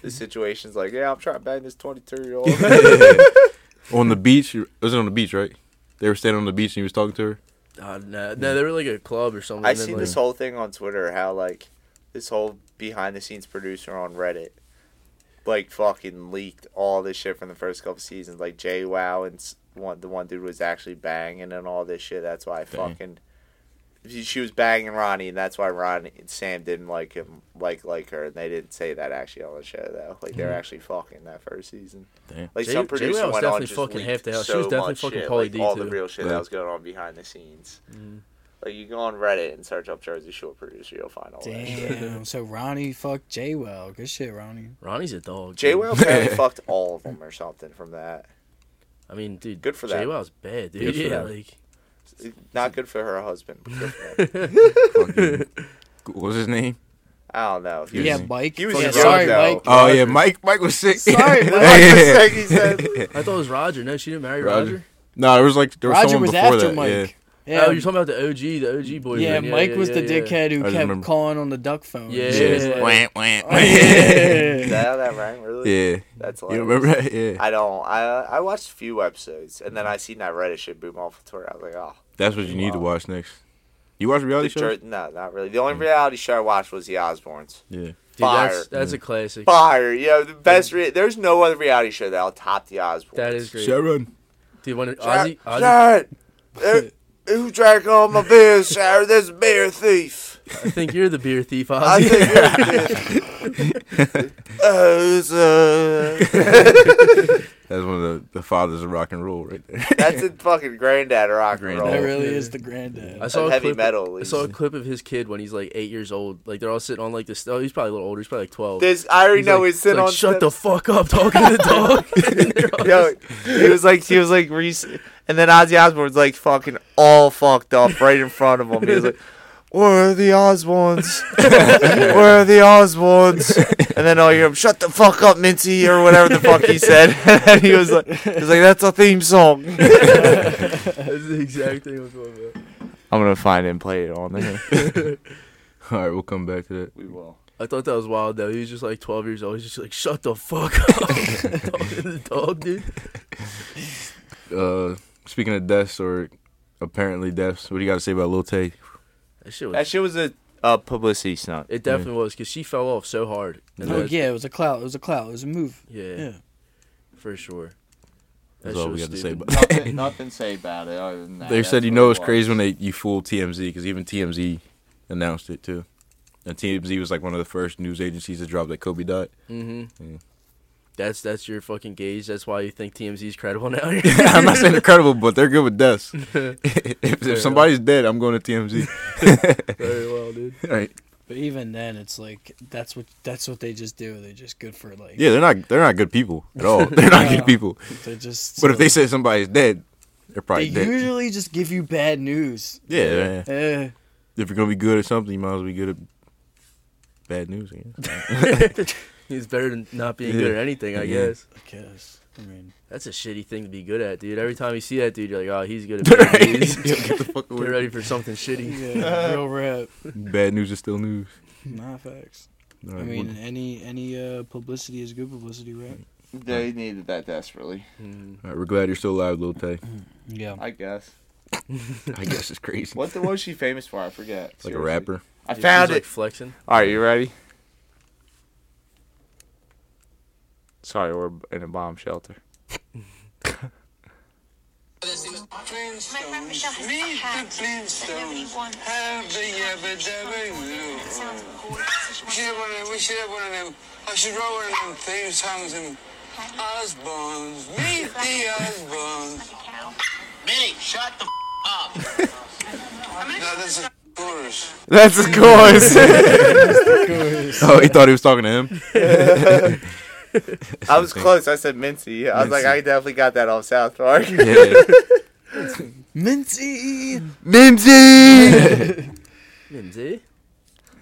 Speaker 2: the situation's like, yeah, I'm trying to bang this 22 year old.
Speaker 1: on the beach. It was on the beach, right? They were standing on the beach and he was talking to her.
Speaker 4: Uh, no, no, they were like a club or something.
Speaker 2: I
Speaker 4: and then,
Speaker 2: seen
Speaker 4: like,
Speaker 2: this whole thing on Twitter how like this whole behind the scenes producer on Reddit like fucking leaked all this shit from the first couple seasons. Like Jay Wow and s- one the one dude was actually banging and all this shit. That's why I
Speaker 1: Dang.
Speaker 2: fucking she- she was banging Ronnie and that's why Ronnie and Sam didn't like him like like her and they didn't say that actually on the show though. Like they were actually fucking that first season.
Speaker 1: Damn.
Speaker 2: Like
Speaker 4: Jay-
Speaker 2: some
Speaker 4: Jay
Speaker 2: producer
Speaker 4: Wow was
Speaker 2: went on
Speaker 4: definitely
Speaker 2: just
Speaker 4: fucking
Speaker 2: leaked
Speaker 4: half the house. She
Speaker 2: so
Speaker 4: was definitely
Speaker 2: much
Speaker 4: fucking
Speaker 2: shit,
Speaker 4: Pauly
Speaker 2: like,
Speaker 4: D,
Speaker 2: all the
Speaker 4: too. Mm.
Speaker 2: real shit
Speaker 1: Yeah.
Speaker 2: that was going on behind the scenes. Like you go on Reddit and search up Jersey Shore producer, you'll find all that shit.
Speaker 3: Damn. so Ronnie fucked J Well. Good shit, Ronnie.
Speaker 4: Ronnie's a dog.
Speaker 2: Jay
Speaker 4: dude.
Speaker 2: Well apparently fucked all of them or something from that.
Speaker 4: I mean, dude.
Speaker 2: Good for
Speaker 4: Jay
Speaker 2: that.
Speaker 4: Wow's bad, dude.
Speaker 1: Good for
Speaker 4: yeah,
Speaker 1: that.
Speaker 4: like
Speaker 2: Not good for her husband. But good for him.
Speaker 1: Fucking- what was his name?
Speaker 2: I don't know. If he
Speaker 3: Yeah,
Speaker 2: was,
Speaker 3: Mike.
Speaker 2: he was
Speaker 3: yeah,
Speaker 2: young,
Speaker 3: sorry,
Speaker 2: though.
Speaker 3: Mike.
Speaker 1: Oh, yeah, Mike. Mike was sick.
Speaker 3: Sorry, Mike.
Speaker 1: Yeah.
Speaker 2: he said.
Speaker 4: I thought it was Roger. No, she didn't marry
Speaker 1: Roger.
Speaker 4: Roger.
Speaker 1: No, it was like there was
Speaker 3: Roger
Speaker 1: someone
Speaker 3: was
Speaker 1: before
Speaker 3: after
Speaker 1: that.
Speaker 3: Mike.
Speaker 4: Yeah.
Speaker 3: Yeah.
Speaker 4: Oh, you're talking about the OG, the OG boy.
Speaker 3: yeah, Mike was the dickhead who
Speaker 1: I just
Speaker 3: kept
Speaker 1: remember.
Speaker 3: calling on the duck phone.
Speaker 4: Yeah.
Speaker 1: Yeah.
Speaker 3: Shit
Speaker 1: Yeah.
Speaker 3: is like-
Speaker 1: Wah, wah,
Speaker 3: Oh,
Speaker 1: wah.
Speaker 2: Is
Speaker 3: yeah.
Speaker 2: that how that rang? Really?
Speaker 1: Yeah.
Speaker 2: That's
Speaker 1: You
Speaker 2: hilarious.
Speaker 1: remember that? Yeah.
Speaker 2: I don't. I I watched a few episodes and then I seen that Reddit shit boom off of Twitter. I was like, oh.
Speaker 1: That's what you need to watch next. You watch reality
Speaker 2: The
Speaker 1: shows?
Speaker 2: Jer- no, not really. The only reality show I watched was The Osbournes.
Speaker 1: Yeah.
Speaker 4: Dude, that's,
Speaker 2: Fire.
Speaker 4: that's a classic.
Speaker 2: Fire. Yeah, the best. Re- There's no other reality show that'll top The Osbournes.
Speaker 4: That is great.
Speaker 1: Sharon.
Speaker 4: Dude, when
Speaker 2: Shar-
Speaker 4: Ozzy, Ozzy
Speaker 2: Sharon, eh, who drank all my beers, Sharon? This beer thief.
Speaker 4: I think you're the beer thief,
Speaker 2: I
Speaker 4: Ozzy.
Speaker 2: think you're Oh, a beer.
Speaker 1: That's one of the, the fathers of rock and roll right there.
Speaker 2: That's a fucking granddad rock and
Speaker 1: Granddad.
Speaker 3: That
Speaker 2: roll.
Speaker 3: really is the granddad.
Speaker 4: I saw a
Speaker 2: Heavy
Speaker 4: clip.
Speaker 2: metal, at
Speaker 4: I saw a
Speaker 2: least.
Speaker 4: clip of his kid when he's like eight years old. Like they're all sitting on like this. Oh, he's probably a little older. He's probably like twelve.
Speaker 2: This I already
Speaker 4: He's
Speaker 2: know
Speaker 4: like,
Speaker 2: he's sitting
Speaker 4: like,
Speaker 2: on.
Speaker 4: Shut the fuck up, talking to the dog. And they're all-
Speaker 2: Yo, he was like, he was like, Reese, and then Ozzy Osbourne's like fucking all fucked up right in front of him. He was like, "Where are the Osbournes? Where are the Osbournes?" And then all you hear him, "Shut the fuck up, Mincy," or whatever the fuck he said. and he was like, "He's like, that's a theme song."
Speaker 4: That's the exact thing I'm talking about.
Speaker 6: I'm gonna find it and play it on there.
Speaker 1: All right, we'll come back to that.
Speaker 2: We will.
Speaker 4: I thought that was wild though. He was just like twelve years old. He's just like, shut the fuck up, talking to the dog, dude.
Speaker 1: Uh, speaking of deaths or apparently deaths, what do you got to say about Lil Tay?
Speaker 4: That shit was.
Speaker 2: That shit was a, a publicity stunt.
Speaker 4: it definitely was because she fell off so hard. And
Speaker 3: Oh
Speaker 4: that-
Speaker 3: yeah, it was a clout. It was a clout. It was a move.
Speaker 4: yeah,
Speaker 3: Yeah.
Speaker 4: for sure. That
Speaker 1: That's
Speaker 4: shit
Speaker 1: all we
Speaker 4: was
Speaker 1: got to say
Speaker 4: stupid.
Speaker 1: about
Speaker 2: nothing, nothing say about it. Other than that,
Speaker 1: They
Speaker 2: that's
Speaker 1: said, you
Speaker 2: what
Speaker 1: know,
Speaker 2: it
Speaker 1: it's
Speaker 2: was.
Speaker 1: crazy when they you fool TMZ because even TMZ announced it too. And TMZ was like one of the first news agencies to drop that Kobe died.
Speaker 4: Mm-hmm.
Speaker 1: Yeah.
Speaker 4: That's that's your fucking gauge. That's why you think TMZ is credible now.
Speaker 1: I'm not saying they're credible, but they're good with deaths. if,
Speaker 4: Fair
Speaker 1: if somebody's dead, I'm going to TMZ.
Speaker 4: Very well, dude.
Speaker 1: All right.
Speaker 3: But even then, it's like that's what that's what they just do. They're just good for like
Speaker 1: Yeah, they're not they're not good people at all. They're not
Speaker 3: No.
Speaker 1: good people.
Speaker 3: They're just.
Speaker 1: But if they say somebody's dead, they're
Speaker 3: they
Speaker 1: probably dead.
Speaker 3: usually just give you bad news.
Speaker 1: yeah, yeah, yeah.
Speaker 3: Eh.
Speaker 1: If you're gonna be good at something, you might as well be good at bad news. I guess.
Speaker 4: He's better than not being good at anything, I
Speaker 1: Yeah.
Speaker 4: guess.
Speaker 3: I guess. I mean,
Speaker 4: That's a shitty thing to be good at, dude. Every time you see that dude, you're like, oh, he's good at
Speaker 1: Right.
Speaker 4: being these.
Speaker 1: Yeah, get the fuck
Speaker 4: Get
Speaker 1: away.
Speaker 4: ready for something shitty.
Speaker 3: yeah, real rap.
Speaker 1: Bad news is still news.
Speaker 3: Nah, facts.
Speaker 1: All
Speaker 3: I
Speaker 1: right,
Speaker 3: mean,
Speaker 1: well,
Speaker 3: any any uh, publicity is good publicity, right?
Speaker 8: They needed that desperately.
Speaker 4: Mm.
Speaker 1: all right, we're glad you're still alive, Lil Tay.
Speaker 3: Yeah.
Speaker 8: I guess.
Speaker 1: I guess it's crazy.
Speaker 8: What the, what was she famous for? I forget.
Speaker 1: Like a
Speaker 8: Seriously.
Speaker 1: rapper.
Speaker 8: I
Speaker 4: Dude,
Speaker 8: found
Speaker 4: he's,
Speaker 8: it.
Speaker 4: Like flexing.
Speaker 6: All right, you ready? Sorry, we're in a bomb shelter.
Speaker 9: My friend Michelle has a hat that nobody wants. She can't reach one. It sounds gorgeous.
Speaker 10: We should have one of them. We should have one of them. I should write one of them theme songs and Osbournes. Meet the Osbournes.
Speaker 9: Like a cow.
Speaker 10: No, that's a chorus.
Speaker 6: That's of course.
Speaker 1: Oh, he thought he was talking to him.
Speaker 2: I was close. I said Mincy. I was like,
Speaker 1: Mincy.
Speaker 2: I definitely got that off South Park.
Speaker 1: Yeah.
Speaker 3: Minty.
Speaker 1: Ninja.
Speaker 4: Minzy?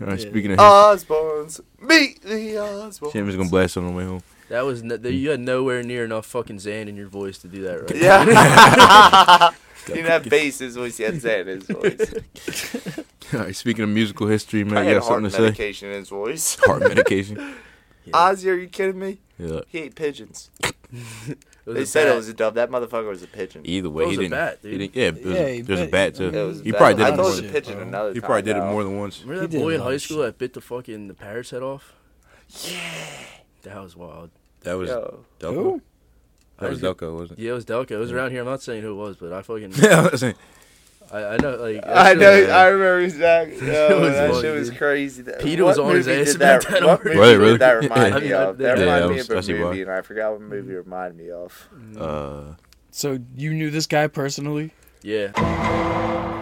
Speaker 1: All right, speaking
Speaker 2: Uh,
Speaker 1: of him,
Speaker 2: Osbournes. Meet the Osbournes.
Speaker 1: Sam is gonna blast him on the way home.
Speaker 4: That was no, that you had nowhere near enough fucking Xan in your voice to do that, right?
Speaker 2: Yeah. you didn't have bass in his voice. He had Zan in his voice.
Speaker 1: All right, speaking of musical history,
Speaker 2: I
Speaker 1: man, you
Speaker 2: had
Speaker 1: got
Speaker 2: heart
Speaker 1: something to say?
Speaker 2: medication in his voice.
Speaker 1: Heart medication.
Speaker 2: Ozzy, are you kidding me?
Speaker 1: Yeah.
Speaker 2: He ate pigeons.
Speaker 4: It was
Speaker 2: They
Speaker 4: a
Speaker 2: said
Speaker 4: bat.
Speaker 2: it was a dove. That motherfucker was a pigeon.
Speaker 1: Either way,
Speaker 4: That was
Speaker 1: he
Speaker 4: a
Speaker 1: didn't.
Speaker 4: bat,
Speaker 1: he
Speaker 4: dude.
Speaker 1: didn't- yeah, it was,
Speaker 3: Yeah,
Speaker 1: yeah,
Speaker 3: he
Speaker 1: it was a
Speaker 3: bet-
Speaker 1: bat
Speaker 3: it
Speaker 1: too.
Speaker 2: It was
Speaker 1: He
Speaker 2: bad.
Speaker 1: probably did
Speaker 2: I
Speaker 1: it
Speaker 2: thought it
Speaker 1: more
Speaker 2: was a
Speaker 1: than-
Speaker 4: Oh.
Speaker 2: pigeon
Speaker 3: bro.
Speaker 2: another
Speaker 1: He
Speaker 2: time,
Speaker 1: probably did it
Speaker 2: though.
Speaker 1: more than once.
Speaker 4: Remember
Speaker 3: He
Speaker 4: that
Speaker 3: did
Speaker 4: boy in
Speaker 3: a lot
Speaker 4: high
Speaker 3: of
Speaker 4: school that bit the fucking the parrot's head off? Yeah. That was wild.
Speaker 1: That was
Speaker 2: Yo.
Speaker 1: Delco.
Speaker 3: Who?
Speaker 1: That was
Speaker 4: I just-
Speaker 1: Delco, wasn't it?
Speaker 4: Yeah, it was Delco. It was around here. I'm not saying who it was, but I fucking
Speaker 1: Yeah, I was saying,
Speaker 4: I, I know
Speaker 2: I
Speaker 4: like that shit
Speaker 2: know.
Speaker 4: was-
Speaker 2: I remember exactly. Yo,
Speaker 4: was
Speaker 2: that
Speaker 4: funny,
Speaker 2: shit was
Speaker 4: dude.
Speaker 2: crazy. That-
Speaker 4: Peter
Speaker 2: what
Speaker 4: was on his
Speaker 2: movie
Speaker 4: ass
Speaker 2: did
Speaker 4: about that
Speaker 2: What
Speaker 4: already.
Speaker 2: movie
Speaker 1: Really,
Speaker 2: did
Speaker 1: really?
Speaker 2: that remind
Speaker 4: I
Speaker 2: me
Speaker 4: mean,
Speaker 2: of? That
Speaker 4: that-
Speaker 1: Yeah,
Speaker 2: reminded
Speaker 1: I
Speaker 2: me
Speaker 1: was-
Speaker 2: of a
Speaker 1: I see why.
Speaker 2: movie, and I forgot what movie it reminded me of.
Speaker 1: uh,
Speaker 3: So you knew this guy personally?
Speaker 4: Yeah.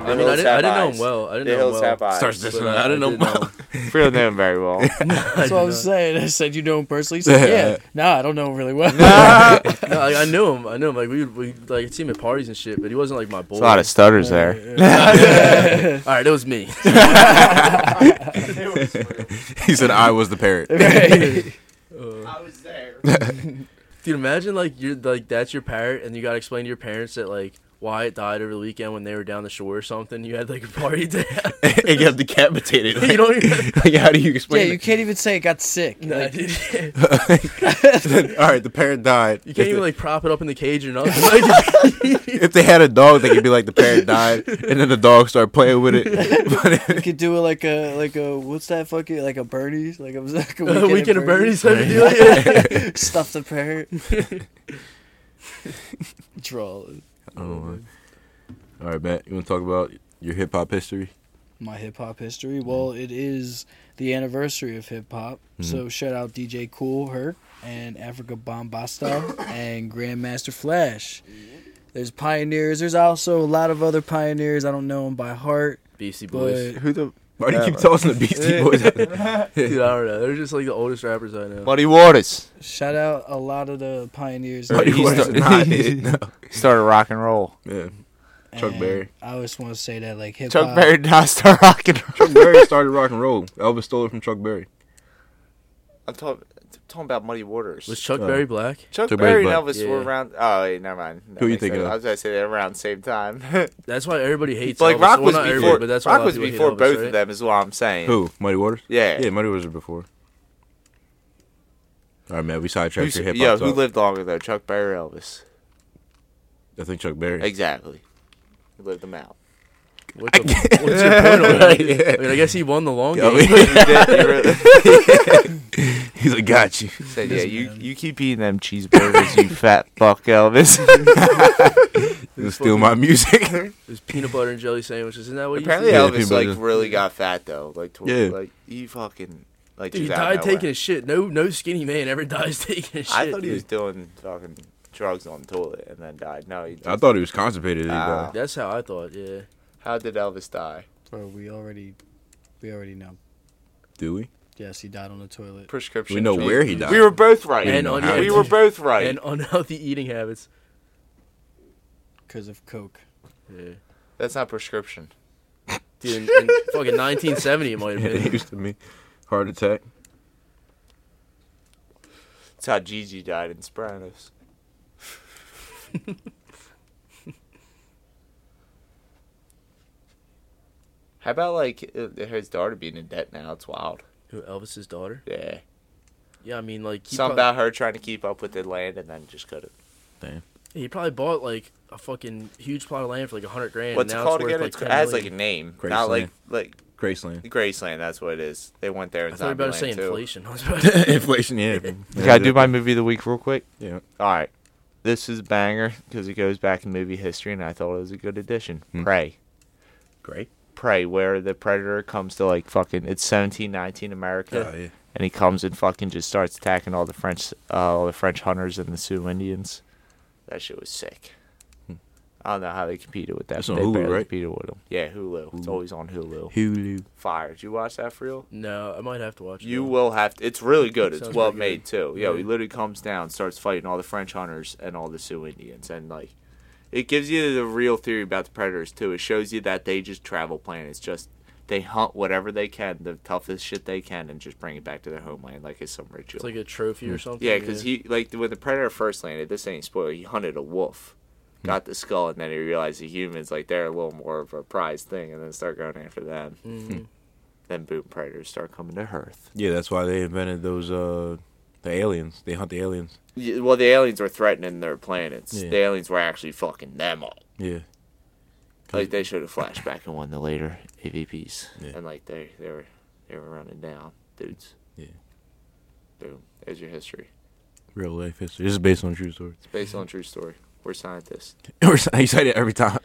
Speaker 2: The
Speaker 4: I mean, I
Speaker 2: Hills
Speaker 4: didn't, I
Speaker 2: Have
Speaker 4: didn't know
Speaker 2: Eyes.
Speaker 4: him well. I didn't
Speaker 2: The
Speaker 4: know him
Speaker 2: Hills
Speaker 4: well.
Speaker 2: Have Eyes.
Speaker 1: starts
Speaker 4: But
Speaker 1: this. I didn't know.
Speaker 4: did know
Speaker 1: Mom.
Speaker 4: him.
Speaker 6: we don't know him very well.
Speaker 4: I
Speaker 3: That's what I
Speaker 4: did
Speaker 3: was
Speaker 4: not.
Speaker 3: saying. I said you know him personally. He said, yeah. Nah, I don't know him really well.
Speaker 4: No, like, I knew him. I knew him. Like we, we like I'd see him at parties and shit, but he wasn't like my boy.
Speaker 6: There's a lot of stutters there.
Speaker 4: All right, it was me.
Speaker 1: he said I was the parrot.
Speaker 4: Dude, imagine like you're like that's your parrot, and you gotta explain to your parents that like why it died over the weekend when they were down the shore or something. You had like a party day.
Speaker 1: and got decapitated.
Speaker 4: you don't even.
Speaker 1: Like, how do you
Speaker 3: yeah,
Speaker 1: explain?
Speaker 3: you can't even say it got sick.
Speaker 4: Nah,
Speaker 3: Like,
Speaker 4: dude, you
Speaker 1: it? All right, the parrot died.
Speaker 4: can't even like prop it up in the cage or nothing. Like,
Speaker 1: if they had a dog, they could be like the parrot died, and then the dog started playing with it. But
Speaker 3: you could do it like a like a what's that fucking like a Bernie's like a, like a
Speaker 4: a
Speaker 3: weekend,
Speaker 4: weekend
Speaker 3: at
Speaker 4: of Bernie's type of deal. Yeah.
Speaker 3: stuff the parrot. Draw
Speaker 1: I don't know. All right, Matt, you want to talk about your hip hop history?
Speaker 3: my hip hop history.
Speaker 6: Mm.
Speaker 3: Well, it is the anniversary of hip hop, so shout out DJ Cool Herc and Africa Bombasta and Grandmaster Flash. There's pioneers. There's also a lot of other pioneers. I don't know them by heart,
Speaker 4: Beastie Boys.
Speaker 3: but
Speaker 6: Who the
Speaker 1: Why do you keep tossing the Beastie Boys? out there?
Speaker 4: Dude, I don't know. They're just like the oldest rappers I know.
Speaker 6: Muddy Waters
Speaker 3: shout out a lot of the pioneers.
Speaker 1: Why do you
Speaker 6: He
Speaker 1: want to
Speaker 6: started-
Speaker 1: not hit? No.
Speaker 6: started rock and roll?
Speaker 1: Yeah.
Speaker 3: And
Speaker 1: Chuck Berry.
Speaker 3: I just want to say that like hip
Speaker 6: Chuck
Speaker 3: hop.
Speaker 6: Berry did not start rock and roll.
Speaker 1: Chuck Berry started rock and roll. Elvis stole it from Chuck Berry.
Speaker 2: I'm talking talking about Muddy Waters.
Speaker 4: Was Chuck
Speaker 1: Uh,
Speaker 4: Berry black?
Speaker 2: Chuck
Speaker 1: Chuck
Speaker 2: Berry and
Speaker 1: Berry's
Speaker 2: Elvis
Speaker 4: black.
Speaker 2: were
Speaker 4: Yeah.
Speaker 2: around. Oh, wait, never mind. That
Speaker 1: Who you
Speaker 2: makes
Speaker 1: thinking
Speaker 2: sense.
Speaker 1: of?
Speaker 2: I was gonna say they're around the same time.
Speaker 4: That's why everybody hates.
Speaker 2: like
Speaker 4: Elvis.
Speaker 2: Rock
Speaker 4: Well,
Speaker 2: was
Speaker 4: not everybody,
Speaker 2: before.
Speaker 4: but that's why a
Speaker 2: Rock
Speaker 4: lot
Speaker 2: was
Speaker 4: people hate
Speaker 2: before
Speaker 4: Elvis,
Speaker 2: both
Speaker 4: right?
Speaker 2: of them, is what I'm saying.
Speaker 1: Who? Muddy Waters?
Speaker 2: Yeah.
Speaker 1: Yeah, Muddy Waters was before. All right, man, we sidetracked
Speaker 2: Who's-
Speaker 1: your hip
Speaker 2: yo,
Speaker 1: hop.
Speaker 2: who lived longer though? Chuck Berry, or Elvis.
Speaker 1: I think Chuck Berry.
Speaker 2: Exactly. He lived them out.
Speaker 4: What the, what's your point on that? I mean, I guess he won the long
Speaker 1: Yo,
Speaker 4: game.
Speaker 2: He did, he really-
Speaker 1: He's like, got you.
Speaker 2: said, yeah, you.
Speaker 6: You keep eating them cheeseburgers, you fat fuck Elvis.
Speaker 1: You steal my music.
Speaker 4: It was peanut butter and jelly sandwiches. Isn't that what
Speaker 2: Apparently,
Speaker 4: you
Speaker 1: Yeah,
Speaker 2: Elvis
Speaker 1: people
Speaker 2: like
Speaker 1: just-
Speaker 2: really got fat though. Like, toward,
Speaker 1: Yeah.
Speaker 2: like he fucking like
Speaker 4: Dude, he
Speaker 2: just out of
Speaker 4: died
Speaker 2: nowhere.
Speaker 4: taking a shit. No, no skinny man ever dies taking a shit.
Speaker 2: I thought he
Speaker 4: dude.
Speaker 2: was doing fucking drugs on the toilet and then died. No, he.
Speaker 1: I thought he was constipated.
Speaker 2: Ah.
Speaker 1: Uh,
Speaker 4: That's how I thought. Yeah.
Speaker 2: How did Elvis die?
Speaker 3: Bro, we already, we already know.
Speaker 1: Do we?
Speaker 3: Yes, he died on the toilet.
Speaker 2: Prescription.
Speaker 1: We know
Speaker 2: drug.
Speaker 1: where he died.
Speaker 2: We were both right.
Speaker 4: And
Speaker 1: know
Speaker 4: on
Speaker 1: how
Speaker 2: we
Speaker 1: he
Speaker 2: were both right.
Speaker 4: and unhealthy eating habits.
Speaker 3: Because of Coke.
Speaker 4: Yeah.
Speaker 2: That's not prescription.
Speaker 4: Dude, in, in fucking 1970, it might have
Speaker 1: Yeah,
Speaker 4: been.
Speaker 1: it used to be. Heart attack.
Speaker 2: That's how Gigi died in Sopranos. how about like uh, his daughter being in debt now? It's wild.
Speaker 4: Who Elvis's daughter?
Speaker 2: Yeah.
Speaker 4: Yeah, I mean like he,
Speaker 2: Something
Speaker 4: prob-
Speaker 2: about her trying to keep up with the land and then just couldn't.
Speaker 4: he probably bought like a fucking huge plot of land for like a hundred grand.
Speaker 2: What's it
Speaker 4: now
Speaker 2: called
Speaker 4: it's worth,
Speaker 2: again?
Speaker 4: Like
Speaker 2: It's-
Speaker 4: 10
Speaker 2: it has like
Speaker 4: million.
Speaker 2: a name,
Speaker 1: Graceland.
Speaker 2: not like like
Speaker 1: Graceland.
Speaker 2: Graceland. That's what it is. They went there.
Speaker 4: I
Speaker 2: And
Speaker 4: thought you were about to say
Speaker 2: Zombieland, too.
Speaker 4: inflation. I was about to-
Speaker 1: Inflation, yeah.
Speaker 6: Okay, I do my movie of the week real quick.
Speaker 1: Yeah.
Speaker 6: All right. This is a banger because it goes back in movie history, and I thought it was a good addition.
Speaker 1: Hmm.
Speaker 6: Prey.
Speaker 1: Great.
Speaker 6: Prey, where the predator comes to, like, fucking, it's 1719 America,
Speaker 1: Oh, yeah.
Speaker 6: and he comes and fucking just starts attacking all the French, uh, all the French hunters and the Sioux Indians. That shit was sick. I don't know how they competed with that.
Speaker 1: That's
Speaker 6: but
Speaker 1: Hmm. on
Speaker 6: they
Speaker 1: Hulu,
Speaker 6: barely
Speaker 1: right?
Speaker 6: Competed with them. Yeah, Hulu. It's always on Hulu.
Speaker 1: Hulu.
Speaker 2: Fire. Did you watch that for real?
Speaker 4: no, I might have to watch. it,
Speaker 2: You
Speaker 4: though.
Speaker 2: will have to. It's really good. It's
Speaker 4: Sounds
Speaker 2: well
Speaker 4: pretty
Speaker 2: made too. Yeah, he
Speaker 4: Yeah.
Speaker 2: literally comes down, starts fighting all the French hunters and all the Sioux Indians, and like, it gives you the real theory about the predators too. It shows you that they just travel planets, just they hunt whatever they can, the toughest shit they can, and just bring it back to their homeland like it's some ritual.
Speaker 4: It's like a trophy or something.
Speaker 2: Yeah, because he like when the predator first landed, this ain't spoiler. He hunted a wolf,
Speaker 4: Hmm.
Speaker 2: got the skull, and then he realized the humans like they're a little more of a prized thing, and then start going after them.
Speaker 4: Mhm.
Speaker 2: Then boom, predators start coming to Earth.
Speaker 1: Yeah, that's why they invented those uh the aliens. They hunt the aliens.
Speaker 2: Yeah, Well, the aliens were threatening their planets.
Speaker 1: Yeah.
Speaker 2: The aliens were actually fucking them up.
Speaker 1: Yeah.
Speaker 2: Like they should have flashed back and won the later AVPs,
Speaker 1: Yeah.
Speaker 2: and like they they were they were running down dudes.
Speaker 1: Yeah.
Speaker 2: Boom. There's your history.
Speaker 1: Real life history. This is based on true stories.
Speaker 2: It's based on true story. We're scientists.
Speaker 1: We're s- you say that every time.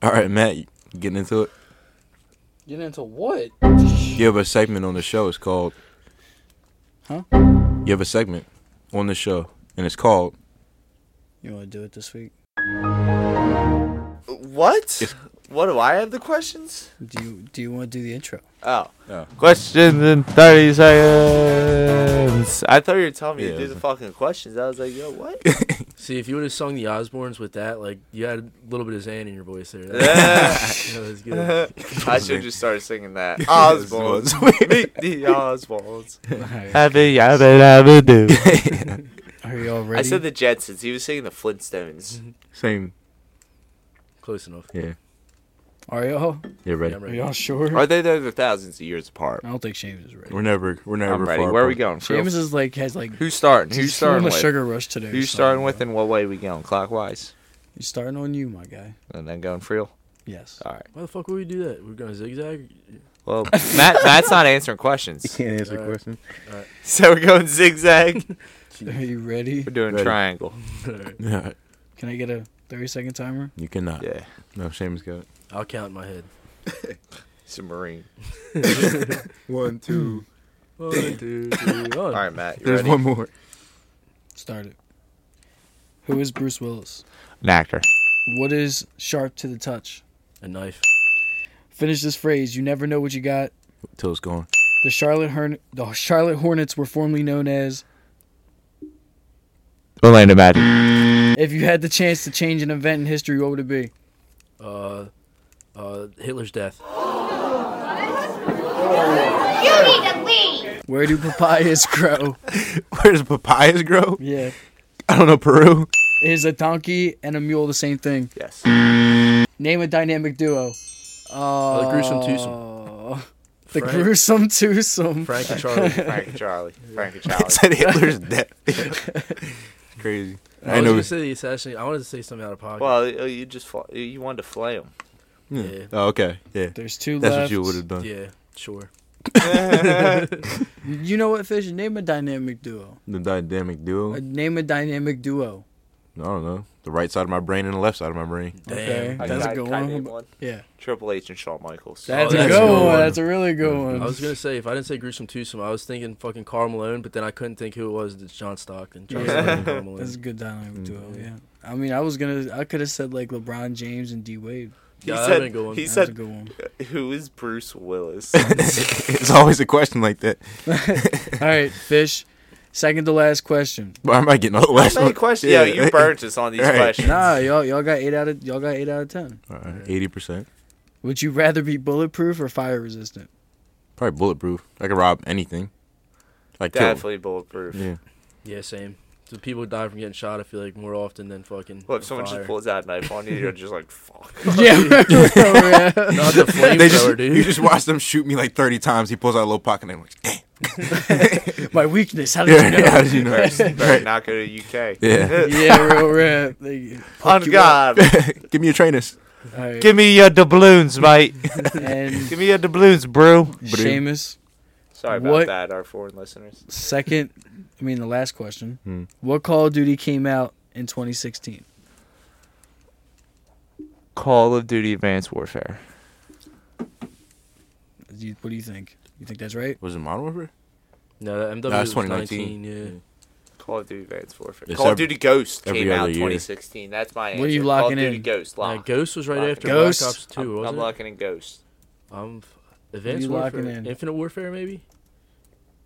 Speaker 1: All right, Matt, you getting into it.
Speaker 3: Getting into what?
Speaker 1: You have a segment on the show. It's called.
Speaker 3: Huh?
Speaker 1: You have a segment on the show, and it's called.
Speaker 3: You want to do it this week?
Speaker 2: What? What do I have the questions?
Speaker 3: Do you do you want to do the intro?
Speaker 2: Oh.
Speaker 6: Questions in 30 seconds.
Speaker 2: I thought you were telling me
Speaker 1: Yeah.
Speaker 2: to do the fucking questions. I was like, yo, what?
Speaker 4: See, if you would have sung the Osbournes with that, like you had a little bit of Zan in your voice there.
Speaker 2: I
Speaker 4: Yeah, that's good.
Speaker 2: should just start singing that.
Speaker 1: Osbournes.
Speaker 2: Osbournes. Meet the Osbournes.
Speaker 3: Alright.
Speaker 6: Happy, happy, happy, do.
Speaker 3: Are you all ready?
Speaker 2: I said the Jetsons. He was singing the Flintstones.
Speaker 1: Same.
Speaker 4: Close enough.
Speaker 1: Yeah.
Speaker 3: Are y'all?
Speaker 1: Yeah,
Speaker 4: Yeah,
Speaker 1: ready.
Speaker 4: I'm
Speaker 3: Are
Speaker 4: ready.
Speaker 3: y'all sure?
Speaker 2: Are they there? They're thousands of years apart.
Speaker 3: I don't think Seamus is ready.
Speaker 1: We're never. We're never.
Speaker 6: I'm ready.
Speaker 1: far
Speaker 6: Where are we
Speaker 1: apart.
Speaker 6: going?
Speaker 3: Seamus is like has like
Speaker 6: Who's starting?
Speaker 3: he's
Speaker 6: Who's
Speaker 3: still on
Speaker 6: starting
Speaker 3: a
Speaker 6: with?
Speaker 3: sugar rush today. or
Speaker 6: Who's
Speaker 3: something,
Speaker 6: starting
Speaker 3: bro.
Speaker 6: with and what way we going? Clockwise?
Speaker 3: He's starting on you, my guy.
Speaker 6: And then going frill?
Speaker 3: Yes.
Speaker 6: All right.
Speaker 4: Why the fuck would we do that? We're going to zigzag.
Speaker 6: Well, Matt, Matt's not answering questions.
Speaker 1: Can't answer
Speaker 4: All right.
Speaker 1: questions.
Speaker 2: So we're going zigzag.
Speaker 6: Uh,
Speaker 3: Are you ready?
Speaker 6: We're doing
Speaker 1: Ready.
Speaker 6: triangle.
Speaker 1: Yeah.
Speaker 3: Can I get a 30 second timer?
Speaker 1: You cannot.
Speaker 6: Yeah.
Speaker 1: No, Seamus got it.
Speaker 4: I'll count in my head.
Speaker 2: Submarine.
Speaker 1: One, two.
Speaker 4: One, two, three, one.
Speaker 2: All right, Matt. You
Speaker 1: There's
Speaker 2: ready?
Speaker 1: one more.
Speaker 3: Start it. Who is Bruce Willis?
Speaker 6: An actor.
Speaker 3: What is sharp to the touch?
Speaker 4: A knife.
Speaker 3: Finish this phrase. You never know what you got.
Speaker 1: Till it's gone.
Speaker 3: The Charlotte Horn- the Charlotte Hornets were formerly known as.
Speaker 6: Orlando Magic.
Speaker 3: If you had the chance to change an event in history, what would it be?
Speaker 4: Uh, uh, Hitler's death.
Speaker 9: You need a weed.
Speaker 3: Where do papayas grow?
Speaker 1: Where does papayas grow?
Speaker 3: Yeah.
Speaker 1: I don't know. Peru.
Speaker 3: Is a donkey and a mule the same thing?
Speaker 2: Yes.
Speaker 3: Name a dynamic duo. Uh,
Speaker 4: Oh,
Speaker 1: Oh.
Speaker 4: the gruesome twosome.
Speaker 3: The
Speaker 4: Frank-
Speaker 3: gruesome twosome.
Speaker 4: Frank and Charlie.
Speaker 2: Frank and Charlie. Frank and Charlie.
Speaker 1: Said Hitler's death. Crazy.
Speaker 4: I,
Speaker 1: I,
Speaker 4: was
Speaker 1: know.
Speaker 4: gonna say the assassination. I wanted to say something out of pocket.
Speaker 2: Well, uh, you just fla- you wanted to flay him.
Speaker 4: yeah,
Speaker 1: Oh, okay. Yeah.
Speaker 3: There's two
Speaker 1: That's
Speaker 3: left.
Speaker 1: what you would have done.
Speaker 4: yeah, sure.
Speaker 3: You know what, Fish? Name a dynamic duo.
Speaker 1: The dynamic duo.
Speaker 3: Uh,
Speaker 1: I
Speaker 3: name a dynamic duo.
Speaker 1: don't know. The right side of my brain and the left side of my brain.
Speaker 4: Damn.
Speaker 3: Okay, that's
Speaker 2: I-
Speaker 3: a good
Speaker 2: I
Speaker 3: one.
Speaker 2: named
Speaker 3: Yeah,
Speaker 2: Triple H and Shawn Michaels.
Speaker 3: that's,
Speaker 4: that's
Speaker 3: a
Speaker 4: a
Speaker 3: good
Speaker 4: good
Speaker 3: one.
Speaker 4: one.
Speaker 3: That's a really good one.
Speaker 4: I was gonna say if I didn't say gruesome twosome, I was thinking fucking Carl Malone, but then I couldn't think who it was. It's John Stockton. John
Speaker 3: Yeah.
Speaker 4: Stockton, Karl Malone.
Speaker 3: That's a good dynamic duo. Yeah. I mean, I was gonna, I could have said like LeBron James and D Wade.
Speaker 4: Yeah,
Speaker 2: He
Speaker 4: that'd
Speaker 2: said-
Speaker 4: been a good one.
Speaker 2: he
Speaker 3: That's
Speaker 2: said-
Speaker 3: a good one.
Speaker 2: Who is Bruce Willis?
Speaker 1: it's always a question like that.
Speaker 3: All right, Fish. Second to last question.
Speaker 1: Why am I getting all the last
Speaker 2: Same
Speaker 1: one?
Speaker 2: question. Yeah, you burnt us on these
Speaker 1: Right.
Speaker 2: questions.
Speaker 3: Nah, y'all, y'all got eight out of y'all got eight out of ten.
Speaker 1: Eighty percent.
Speaker 3: Would you rather be bulletproof or fire resistant?
Speaker 1: Probably bulletproof. I could rob anything. Like kill.
Speaker 2: Definitely bulletproof.
Speaker 1: Yeah.
Speaker 4: yeah, same. So people who die from getting shot, I feel like more often than fucking.
Speaker 2: Look, someone
Speaker 4: fire.
Speaker 2: just pulls out a knife on you. You're just like, fuck.
Speaker 3: Yeah.
Speaker 4: Not the
Speaker 1: They just,
Speaker 4: flamethrower,
Speaker 1: you
Speaker 4: dude.
Speaker 1: just watch them shoot me like 30 times. He pulls out a little pocket and I'm like, damn.
Speaker 3: My weakness. How did
Speaker 1: Yeah,
Speaker 3: you know?
Speaker 1: yeah, how did you know?
Speaker 2: Better
Speaker 1: Right.
Speaker 2: not go to UK.
Speaker 1: Yeah.
Speaker 3: yeah, real rap. They
Speaker 2: On
Speaker 3: hook you
Speaker 2: God,
Speaker 3: up.
Speaker 1: Give me your trainers.
Speaker 3: All right.
Speaker 6: Give me your doubloons, mate.
Speaker 3: and
Speaker 6: Give me your doubloons, bro.
Speaker 3: Seamus,
Speaker 2: sorry about
Speaker 3: What?
Speaker 2: that, our foreign listeners.
Speaker 3: second, I mean the last question.
Speaker 1: Hmm.
Speaker 3: What Call of Duty came out in 2016?
Speaker 6: Call of Duty Advanced Warfare.
Speaker 3: Do you- What do you think? You think that's right?
Speaker 1: Was it Modern Warfare?
Speaker 4: No, that MW
Speaker 1: Nah, it's
Speaker 4: was
Speaker 1: 2019.
Speaker 4: 19. Yeah.
Speaker 2: Call of Duty Advanced Warfare.
Speaker 1: It's
Speaker 2: Call of
Speaker 1: every-
Speaker 2: Duty Ghost
Speaker 1: every
Speaker 2: came out
Speaker 1: other year.
Speaker 2: 2016. That's my answer.
Speaker 3: What are you
Speaker 2: Call
Speaker 3: locking
Speaker 2: of Duty
Speaker 3: in?
Speaker 2: Ghost
Speaker 4: Nah,
Speaker 2: lock.
Speaker 4: Ghost was right
Speaker 2: Lock.
Speaker 4: after
Speaker 3: Ghost?
Speaker 4: Black Ops 2,
Speaker 2: I'm,
Speaker 4: wasn't
Speaker 2: I'm
Speaker 4: it?
Speaker 2: locking in Ghost.
Speaker 4: Um, f- Advanced
Speaker 3: you
Speaker 4: Warfare,
Speaker 3: locking in?
Speaker 4: Infinite Warfare, maybe.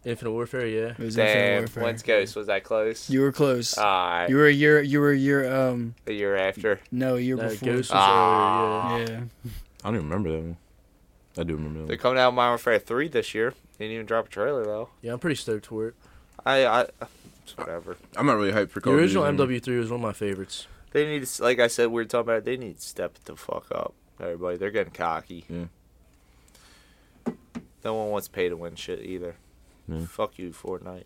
Speaker 4: Infinite Warfare, yeah.
Speaker 3: It was Infinite
Speaker 2: Damn,
Speaker 3: Warfare.
Speaker 2: when's Ghost? Was that close?
Speaker 3: You were close.
Speaker 2: Alright,
Speaker 3: you were a year. You were a year. Um,
Speaker 2: the year after.
Speaker 3: no, a year
Speaker 4: That
Speaker 3: before.
Speaker 4: Ghost uh, was
Speaker 2: Ah.
Speaker 4: earlier,
Speaker 3: Yeah.
Speaker 1: I don't even remember that one. I do remember
Speaker 2: They're
Speaker 1: that
Speaker 2: coming out with Modern Warfare 3 this year. Didn't even drop a trailer, though.
Speaker 4: yeah. Yeah, I'm pretty stoked for it.
Speaker 2: I, I, it's whatever.
Speaker 1: one. I'm not really hyped for
Speaker 4: The
Speaker 1: Call of Duty.
Speaker 4: original MW3 was one of my favorites.
Speaker 2: They need, to, s- like I said, we were talking about. it, They need to step the fuck up, everybody. They're getting cocky.
Speaker 1: Yeah.
Speaker 2: No one wants pay to win shit either.
Speaker 1: Yeah.
Speaker 2: Fuck you, Fortnite.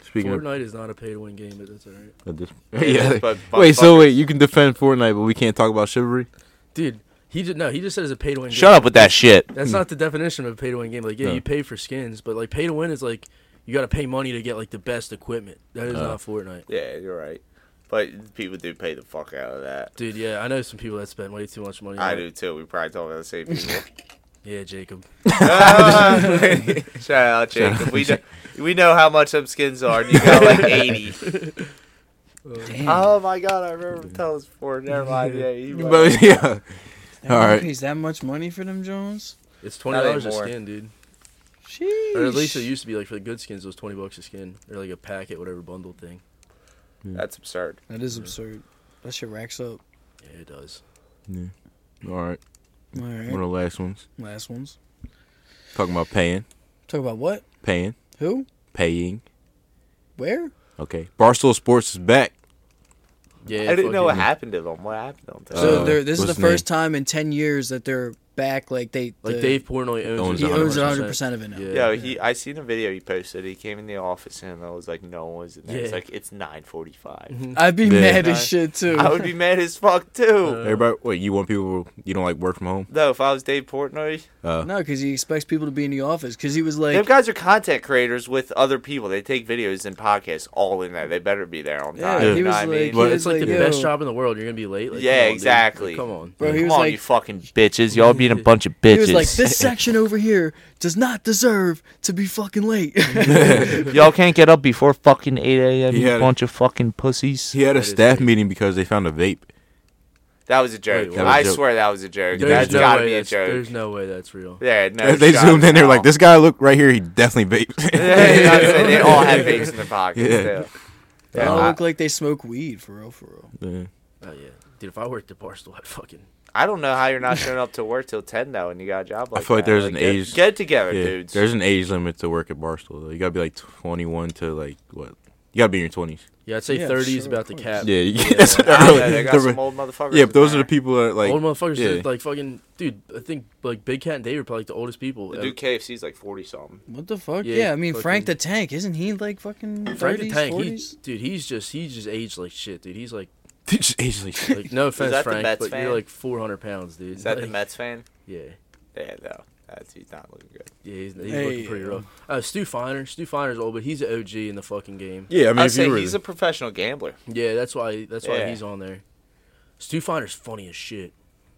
Speaker 1: Speaking of,
Speaker 4: Fortnite is not a pay-to-win game, but that's alright.
Speaker 1: of this.
Speaker 2: It
Speaker 1: yeah.
Speaker 2: is, but
Speaker 1: Wait, so
Speaker 2: motherfuckers-
Speaker 1: wait, you can defend Fortnite, but we can't talk about chivalry?
Speaker 4: Dude, he just no, he just said it's a pay-to-win.
Speaker 6: Shut
Speaker 4: game.
Speaker 6: up with that shit.
Speaker 4: That's not the definition of a pay-to-win game. Like, yeah,
Speaker 1: No.
Speaker 4: you pay for skins, but like pay-to-win is like you got to pay money to get like the best equipment. That is
Speaker 1: Oh.
Speaker 4: not Fortnite.
Speaker 2: Yeah, you're right. But people do pay the fuck out of that.
Speaker 4: Dude, yeah, I know some people that spend way too much money. on
Speaker 2: I
Speaker 4: it.
Speaker 2: do too. We probably talk about the same people.
Speaker 4: Yeah, Jacob.
Speaker 2: Shout out, Jacob. We know, we know how much them skins are. and You got like eighty.
Speaker 3: Damn.
Speaker 2: Oh my god, I remember telling us before. Never mind. Yeah, you right.
Speaker 1: But yeah.
Speaker 3: That
Speaker 1: all
Speaker 3: man
Speaker 1: right.
Speaker 3: Pays that much money for them Jones?
Speaker 4: It's twenty dollars a
Speaker 2: anymore.
Speaker 4: skin, dude.
Speaker 3: Sheesh.
Speaker 4: Or at least it used to be like for the good skins, it was twenty bucks a skin, or like a packet, whatever bundle thing.
Speaker 2: that's absurd.
Speaker 3: That is absurd. That shit racks up.
Speaker 4: Yeah, it does.
Speaker 1: All right.
Speaker 3: All right.
Speaker 1: One of the last ones.
Speaker 3: Last ones.
Speaker 1: Talking about paying.
Speaker 3: Talk about what?
Speaker 1: Paying.
Speaker 3: Who?
Speaker 1: Paying.
Speaker 3: Where?
Speaker 1: Okay. Barstool Sports is back.
Speaker 4: Yeah,
Speaker 2: I didn't know what
Speaker 4: fucking-
Speaker 2: happened to them. What happened to them?
Speaker 3: So
Speaker 1: Uh,
Speaker 3: they're, this is the
Speaker 1: what's his name?
Speaker 3: first time in ten years that they're back. Like they,
Speaker 4: Like
Speaker 3: the-
Speaker 4: Dave Portnoy
Speaker 1: Owns
Speaker 4: owns, it
Speaker 3: he owns
Speaker 1: 100%.
Speaker 3: hundred percent of it now.
Speaker 4: Yeah.
Speaker 2: Yo, he. I seen a video he posted. He came in the office and I was like, no one was in there. It's
Speaker 4: Yeah.
Speaker 2: like it's nine forty-five.
Speaker 3: I'd be
Speaker 1: Yeah.
Speaker 3: mad
Speaker 2: Nah.
Speaker 3: as shit too.
Speaker 2: I would be mad as fuck too.
Speaker 4: Uh,
Speaker 1: Everybody, wait, you want people you don't like work from home?
Speaker 2: No, if I was Dave Portnoy,
Speaker 1: Uh,
Speaker 3: no, because he expects people to be in the office. Because he was like,
Speaker 2: them guys are content creators with other people. They take videos and podcasts all in there. They better be there on
Speaker 3: Yeah,
Speaker 2: time.
Speaker 1: he
Speaker 2: You know
Speaker 3: was
Speaker 2: what I mean?
Speaker 1: like-
Speaker 4: But it's
Speaker 3: He was
Speaker 4: like the
Speaker 3: like,
Speaker 4: best
Speaker 3: yo.
Speaker 4: job in the world. You're gonna be late. Like,
Speaker 2: Yeah,
Speaker 4: come on, dude.
Speaker 2: exactly.
Speaker 4: Like, come on.
Speaker 3: bro, he
Speaker 2: Come
Speaker 3: was
Speaker 2: on,
Speaker 3: like,
Speaker 2: you fucking bitches. Y'all being a bunch of bitches.
Speaker 3: he was like, this section over here does not deserve to be fucking late.
Speaker 6: Y'all can't get up before fucking 8 a.m.,
Speaker 1: He
Speaker 6: you
Speaker 1: had-
Speaker 6: bunch of fucking pussies.
Speaker 1: he had a
Speaker 4: That is
Speaker 1: staff
Speaker 4: great.
Speaker 1: meeting because they found a vape.
Speaker 2: that was a joke.
Speaker 4: Wait, what?
Speaker 2: I
Speaker 1: That was a joke.
Speaker 2: swear that was a joke.
Speaker 4: There's
Speaker 2: That's
Speaker 4: no
Speaker 2: gotta
Speaker 4: way
Speaker 2: be a
Speaker 4: that's-
Speaker 2: joke.
Speaker 4: There's no way that's real.
Speaker 2: Yeah, no.
Speaker 1: they
Speaker 2: shot
Speaker 1: zoomed in. They were
Speaker 2: at
Speaker 1: like,
Speaker 2: all.
Speaker 1: "This guy, look right here. He definitely vapes."
Speaker 2: You know what I'm saying? they all have vapes in their pockets.
Speaker 1: Yeah.
Speaker 2: too.
Speaker 3: they
Speaker 2: Yeah,
Speaker 3: all
Speaker 4: Uh,
Speaker 2: I-
Speaker 3: look like they smoke weed for real, for real.
Speaker 1: Yeah.
Speaker 4: Oh yeah, dude. If I worked at Barstool, I'd fucking.
Speaker 2: I don't know how you're not showing up to work till ten though, and you got a job like
Speaker 1: I feel like
Speaker 2: that.
Speaker 1: there's an
Speaker 2: get,
Speaker 1: age-
Speaker 2: Get together,
Speaker 1: Yeah.
Speaker 2: dudes.
Speaker 1: There's an age limit to work at Barstool. Though. You gotta be like 21 to like what? You gotta be in your 20s.
Speaker 4: Yeah, I'd say
Speaker 3: Yeah,
Speaker 4: 30 is
Speaker 3: sure,
Speaker 4: about
Speaker 3: of
Speaker 4: the
Speaker 3: course.
Speaker 4: cap.
Speaker 1: Yeah, you, that's
Speaker 2: I know,
Speaker 1: early.
Speaker 2: they got
Speaker 1: They're-
Speaker 2: some old motherfuckers.
Speaker 1: yeah, but those
Speaker 2: in
Speaker 1: are the people that like
Speaker 4: old motherfuckers,
Speaker 1: yeah.
Speaker 4: that, like fucking dude. I think like Big Cat and Dave are probably like the oldest people.
Speaker 2: there. The dude KFC's like forty something.
Speaker 3: What the fuck? Yeah,
Speaker 4: Yeah,
Speaker 3: I mean Frank the
Speaker 4: fucking-
Speaker 3: Tank, isn't he like fucking
Speaker 4: Uh, Frank the
Speaker 3: 30s,
Speaker 4: Tank, he,
Speaker 3: 40s?
Speaker 4: dude, he's just he's just aged like shit, dude. He's like,
Speaker 1: They just age like shit.
Speaker 4: like no offense,
Speaker 2: that the
Speaker 4: Frank,
Speaker 2: Mets
Speaker 4: but
Speaker 2: fan?
Speaker 4: you're like 400 pounds, dude.
Speaker 2: Is that the
Speaker 4: Like,
Speaker 2: Mets fan?
Speaker 4: Yeah.
Speaker 2: Yeah, no, that's he's not looking good.
Speaker 4: Yeah, he's, he's
Speaker 3: Hey,
Speaker 4: looking pretty
Speaker 3: uh,
Speaker 4: rough. Uh, Stu Finer, Stu Finer's old, but he's an OG in the fucking game.
Speaker 1: Yeah, I mean,
Speaker 2: I would
Speaker 1: if you
Speaker 2: say
Speaker 1: were
Speaker 2: he's a professional gambler.
Speaker 4: Yeah, that's why that's why
Speaker 2: Yeah.
Speaker 4: he's on there. Stu Finer's funny as shit.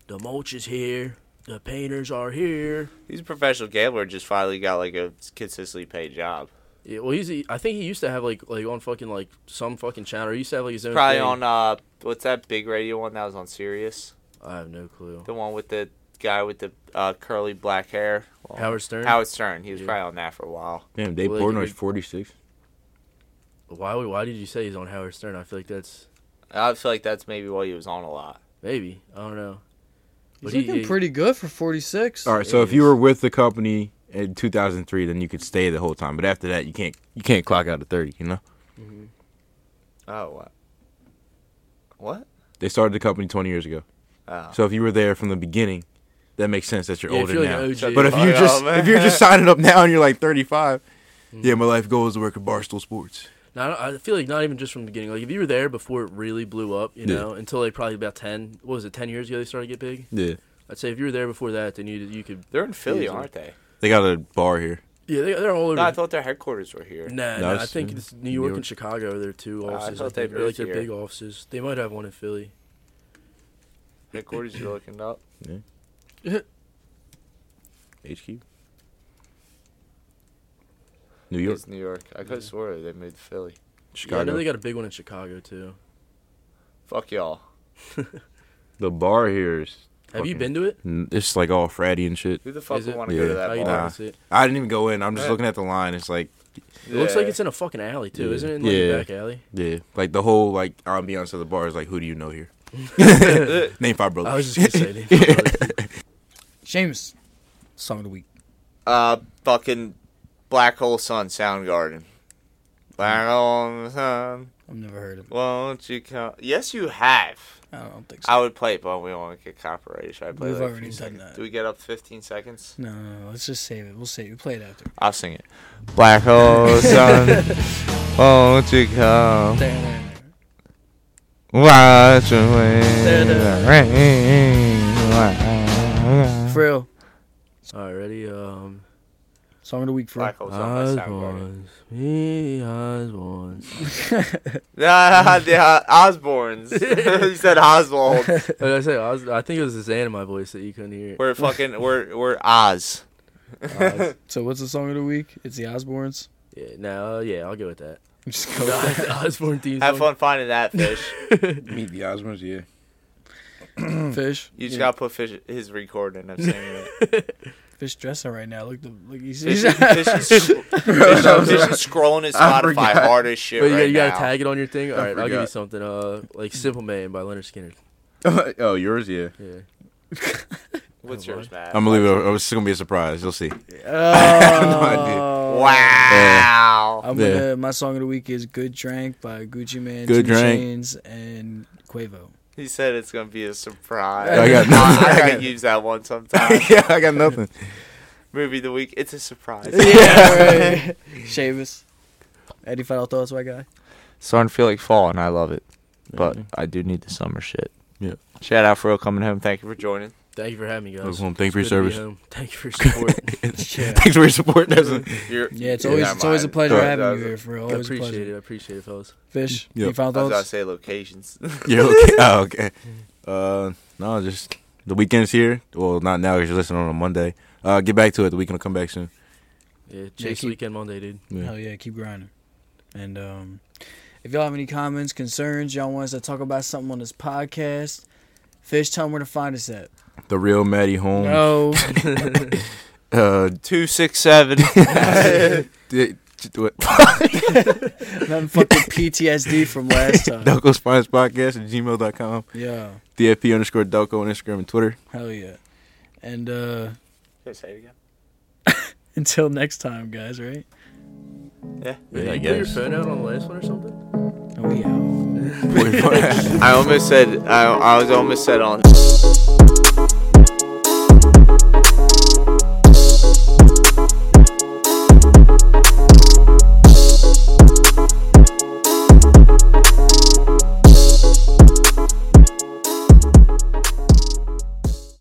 Speaker 4: The mulch is here. The painters are here.
Speaker 2: He's a professional gambler. Just finally got like a consistently paid job.
Speaker 4: Yeah, well, he's I think he used to have like like on fucking like some fucking channel. He used to have like his own.
Speaker 2: Probably
Speaker 4: thing.
Speaker 2: on uh, what's that big radio one that was on Sirius?
Speaker 4: I have no clue.
Speaker 2: The one with the guy with the uh, curly black hair. Well,
Speaker 4: Howard Stern.
Speaker 2: Howard Stern. He was
Speaker 4: Yeah.
Speaker 2: probably on that for a while.
Speaker 1: damn Dave
Speaker 4: Well, they
Speaker 1: Portnoy's
Speaker 4: could-
Speaker 1: 46.
Speaker 4: Why would why did you say he's on Howard Stern? I feel like that's
Speaker 2: I feel like that's maybe why he was on a lot.
Speaker 4: maybe I don't know.
Speaker 3: He's
Speaker 4: But he-
Speaker 3: looking
Speaker 4: he-
Speaker 3: pretty good for 46.
Speaker 1: All right, so if
Speaker 4: Jeez.
Speaker 1: you were with the company in 2003, then you could stay the whole time. But after that, you can't you can't clock out at 30. You know.
Speaker 2: Oh, what? What?
Speaker 1: They started the company 20 years ago.
Speaker 2: Oh.
Speaker 1: So if you were there from the beginning, that makes sense that you're
Speaker 4: Yeah, if
Speaker 1: older
Speaker 4: you're like
Speaker 1: now.
Speaker 4: an OG.
Speaker 1: But if you
Speaker 2: Fuck
Speaker 1: just
Speaker 2: off,
Speaker 1: if you're just
Speaker 2: man.
Speaker 1: signing up now and you're like 35,
Speaker 4: Hmm.
Speaker 1: yeah, my life goal is to work at Barstool Sports.
Speaker 4: Now, I don't- I feel like not even just from the beginning. Like if you were there before it really blew up, you
Speaker 1: Yeah.
Speaker 4: know, until like probably about ten. What was it? Ten years ago they started to get big.
Speaker 1: Yeah,
Speaker 4: I'd say if you were there before that, then you you could.
Speaker 2: They're in Philly,
Speaker 4: easily-
Speaker 2: aren't they?
Speaker 1: they got a bar here.
Speaker 4: Yeah, they, they're all over.
Speaker 2: No, I thought their headquarters were here.
Speaker 4: Nah,
Speaker 1: No,
Speaker 4: nah, I
Speaker 1: it's
Speaker 4: think
Speaker 1: in
Speaker 4: it's New
Speaker 1: New
Speaker 4: York,
Speaker 1: York.
Speaker 4: and Chicago are their two
Speaker 2: I
Speaker 4: offices. I
Speaker 2: thought they
Speaker 4: think, or like
Speaker 2: moved
Speaker 4: their
Speaker 2: here.
Speaker 4: big offices. They might have one in Philly.
Speaker 2: Headquarters, you're looking up.
Speaker 1: HQ. New York,
Speaker 2: It's New York. I could have swore they moved to Philly.
Speaker 4: Yeah, I know
Speaker 1: Chicago.
Speaker 4: they got a big one in Chicago too.
Speaker 2: Fuck y'all.
Speaker 1: the bar here is.
Speaker 4: Have you
Speaker 1: fucking-
Speaker 4: been to it?
Speaker 1: N- It's like all fratty and shit.
Speaker 2: Who the fuck
Speaker 4: Is
Speaker 2: would
Speaker 4: it?
Speaker 2: want to
Speaker 1: Yeah.
Speaker 2: go to that
Speaker 4: Oh,
Speaker 2: bar?
Speaker 4: you
Speaker 1: Nah.
Speaker 4: don't see it.
Speaker 1: I didn't even go in. I'm just
Speaker 2: Yeah.
Speaker 1: looking at the line. It's like,
Speaker 4: It looks like
Speaker 2: Yeah.
Speaker 4: it's in a fucking alley too,
Speaker 1: Yeah.
Speaker 4: isn't it? In like
Speaker 1: Yeah.
Speaker 4: a back alley.
Speaker 1: yeah, like the whole like ambiance of the bar is like, who do you know here? Name five brothers.
Speaker 4: I was just gonna say. that.
Speaker 3: Seamus, song of the week.
Speaker 2: Uh, fucking Black Hole Sun, Soundgarden.
Speaker 4: Hmm.
Speaker 2: Black Hole Sun,
Speaker 3: I've never heard of it.
Speaker 2: won't you come? Yes, you have.
Speaker 3: I don't think so.
Speaker 2: I would play it, but we won't get copyrighted. Should I play
Speaker 3: We've
Speaker 2: like
Speaker 3: already
Speaker 2: 15
Speaker 3: done
Speaker 2: seconds?
Speaker 3: that.
Speaker 2: Do we get up to 15 seconds?
Speaker 3: No, no, no. Let's just save it. We'll save it. Play it after.
Speaker 2: I'll sing it. Black Hole Sun, won't you come?
Speaker 3: There, there, there.
Speaker 6: Watch away
Speaker 3: the
Speaker 6: rain.
Speaker 3: For real.
Speaker 4: Already, um.
Speaker 3: Song of the week for
Speaker 2: Black
Speaker 3: real.
Speaker 2: Hole Sun
Speaker 4: Eyes
Speaker 2: by Soundgarden.
Speaker 4: once, me eyes once.
Speaker 2: Nah, the uh, Osbournes. you said Oswald.
Speaker 4: Like I said, I, was, I think it was the Zan in my voice that you couldn't hear.
Speaker 2: We're fucking, we're, we're Oz.
Speaker 4: Oz.
Speaker 3: So what's the song of the week? It's the Osbournes.
Speaker 4: yeah, no, uh, yeah, I'll go with that.
Speaker 3: I'm just go with
Speaker 4: The Osborne theme
Speaker 2: Have
Speaker 4: song.
Speaker 2: fun finding that fish.
Speaker 1: Meet the Osmonds, yeah.
Speaker 3: that. Fish.
Speaker 2: You just
Speaker 3: Yeah.
Speaker 2: gotta put fish, his record in. I'm saying it.
Speaker 3: Fish dressing right now. Look, the look. You see?
Speaker 2: Fish, is- fish, is, fish, is- fish is scrolling his
Speaker 1: I
Speaker 2: Spotify
Speaker 1: forgot.
Speaker 2: hard as shit
Speaker 4: But you,
Speaker 2: right
Speaker 4: gotta, you gotta
Speaker 2: now.
Speaker 4: tag it on your thing. All right, I'll give you
Speaker 1: forgot.
Speaker 4: something. Uh, like Simple Man by Leonard Skinner.
Speaker 1: oh, yours, yeah.
Speaker 4: Yeah,
Speaker 2: What's yours, Matt?
Speaker 1: I'm gonna leave it. It's gonna be a surprise. You'll see.
Speaker 3: Oh.
Speaker 2: wow.
Speaker 3: I'm
Speaker 1: Yeah.
Speaker 3: gonna. My song of the week is "Good Drank" by Gucci Man,
Speaker 1: Good
Speaker 3: Two
Speaker 1: Drank.
Speaker 3: Chains, and Quavo.
Speaker 2: He said it's gonna be a surprise.
Speaker 1: I got nothing.
Speaker 2: I
Speaker 1: I
Speaker 2: gotta
Speaker 1: got-
Speaker 2: use that one sometime.
Speaker 1: yeah, I got nothing.
Speaker 2: Movie of the week. It's a surprise.
Speaker 3: Yeah, right. Shavis. Any final thoughts, my guy?
Speaker 6: Starting to feel like fall, and I love it. But I do need the summer shit.
Speaker 1: Yeah.
Speaker 6: Shout out for real coming home. Thank you
Speaker 2: We're
Speaker 6: for
Speaker 2: joining.
Speaker 4: thank you for having me, guys.
Speaker 1: Welcome. Thank you for your
Speaker 4: It's good to
Speaker 1: service.
Speaker 4: be home. Thank you for your support.
Speaker 3: Yeah.
Speaker 1: Thanks for your support. That's a-
Speaker 2: You're,
Speaker 3: Yeah, it's always
Speaker 2: never
Speaker 3: it's always a
Speaker 2: mind.
Speaker 3: pleasure
Speaker 1: Alright,
Speaker 3: having
Speaker 2: that
Speaker 3: you
Speaker 2: was-
Speaker 3: here. For real.
Speaker 4: I
Speaker 3: always a
Speaker 4: appreciate it.
Speaker 3: pleasure.
Speaker 4: I appreciate it, fellas.
Speaker 3: Fish.
Speaker 1: Yep.
Speaker 3: Any final
Speaker 2: I was gonna
Speaker 3: thoughts?
Speaker 2: say locations.
Speaker 1: Yeah, okay. Oh, okay. Uh, no, just the weekend's here. Well, not now because you're listening on a Monday. Uh, get back to it. The weekend will come back soon.
Speaker 4: Yeah, Chase
Speaker 3: keep-
Speaker 4: Weekend Monday, dude.
Speaker 1: Yeah.
Speaker 3: Hell yeah, keep grinding. And um, if y'all have any comments, concerns, y'all want us to talk about something on this podcast, Fish, tell them where to find us at.
Speaker 1: The real Maddie
Speaker 3: Mm.
Speaker 1: Holmes.
Speaker 3: No.
Speaker 1: Uh,
Speaker 2: Two six seven.
Speaker 1: d- d- what?
Speaker 3: Nothing fucking PTSD from last time.
Speaker 1: Delco Spines Podcast at gmail.com.
Speaker 3: Yeah.
Speaker 1: DFP underscore Delco on Instagram and Twitter.
Speaker 3: Hell yeah. And uh
Speaker 2: Say it again.
Speaker 3: until next time, guys, right?
Speaker 4: Did
Speaker 1: I
Speaker 4: you put your
Speaker 1: guess.
Speaker 4: phone out on the last one or something?
Speaker 3: And we out.
Speaker 2: I almost said. I, I was almost said on.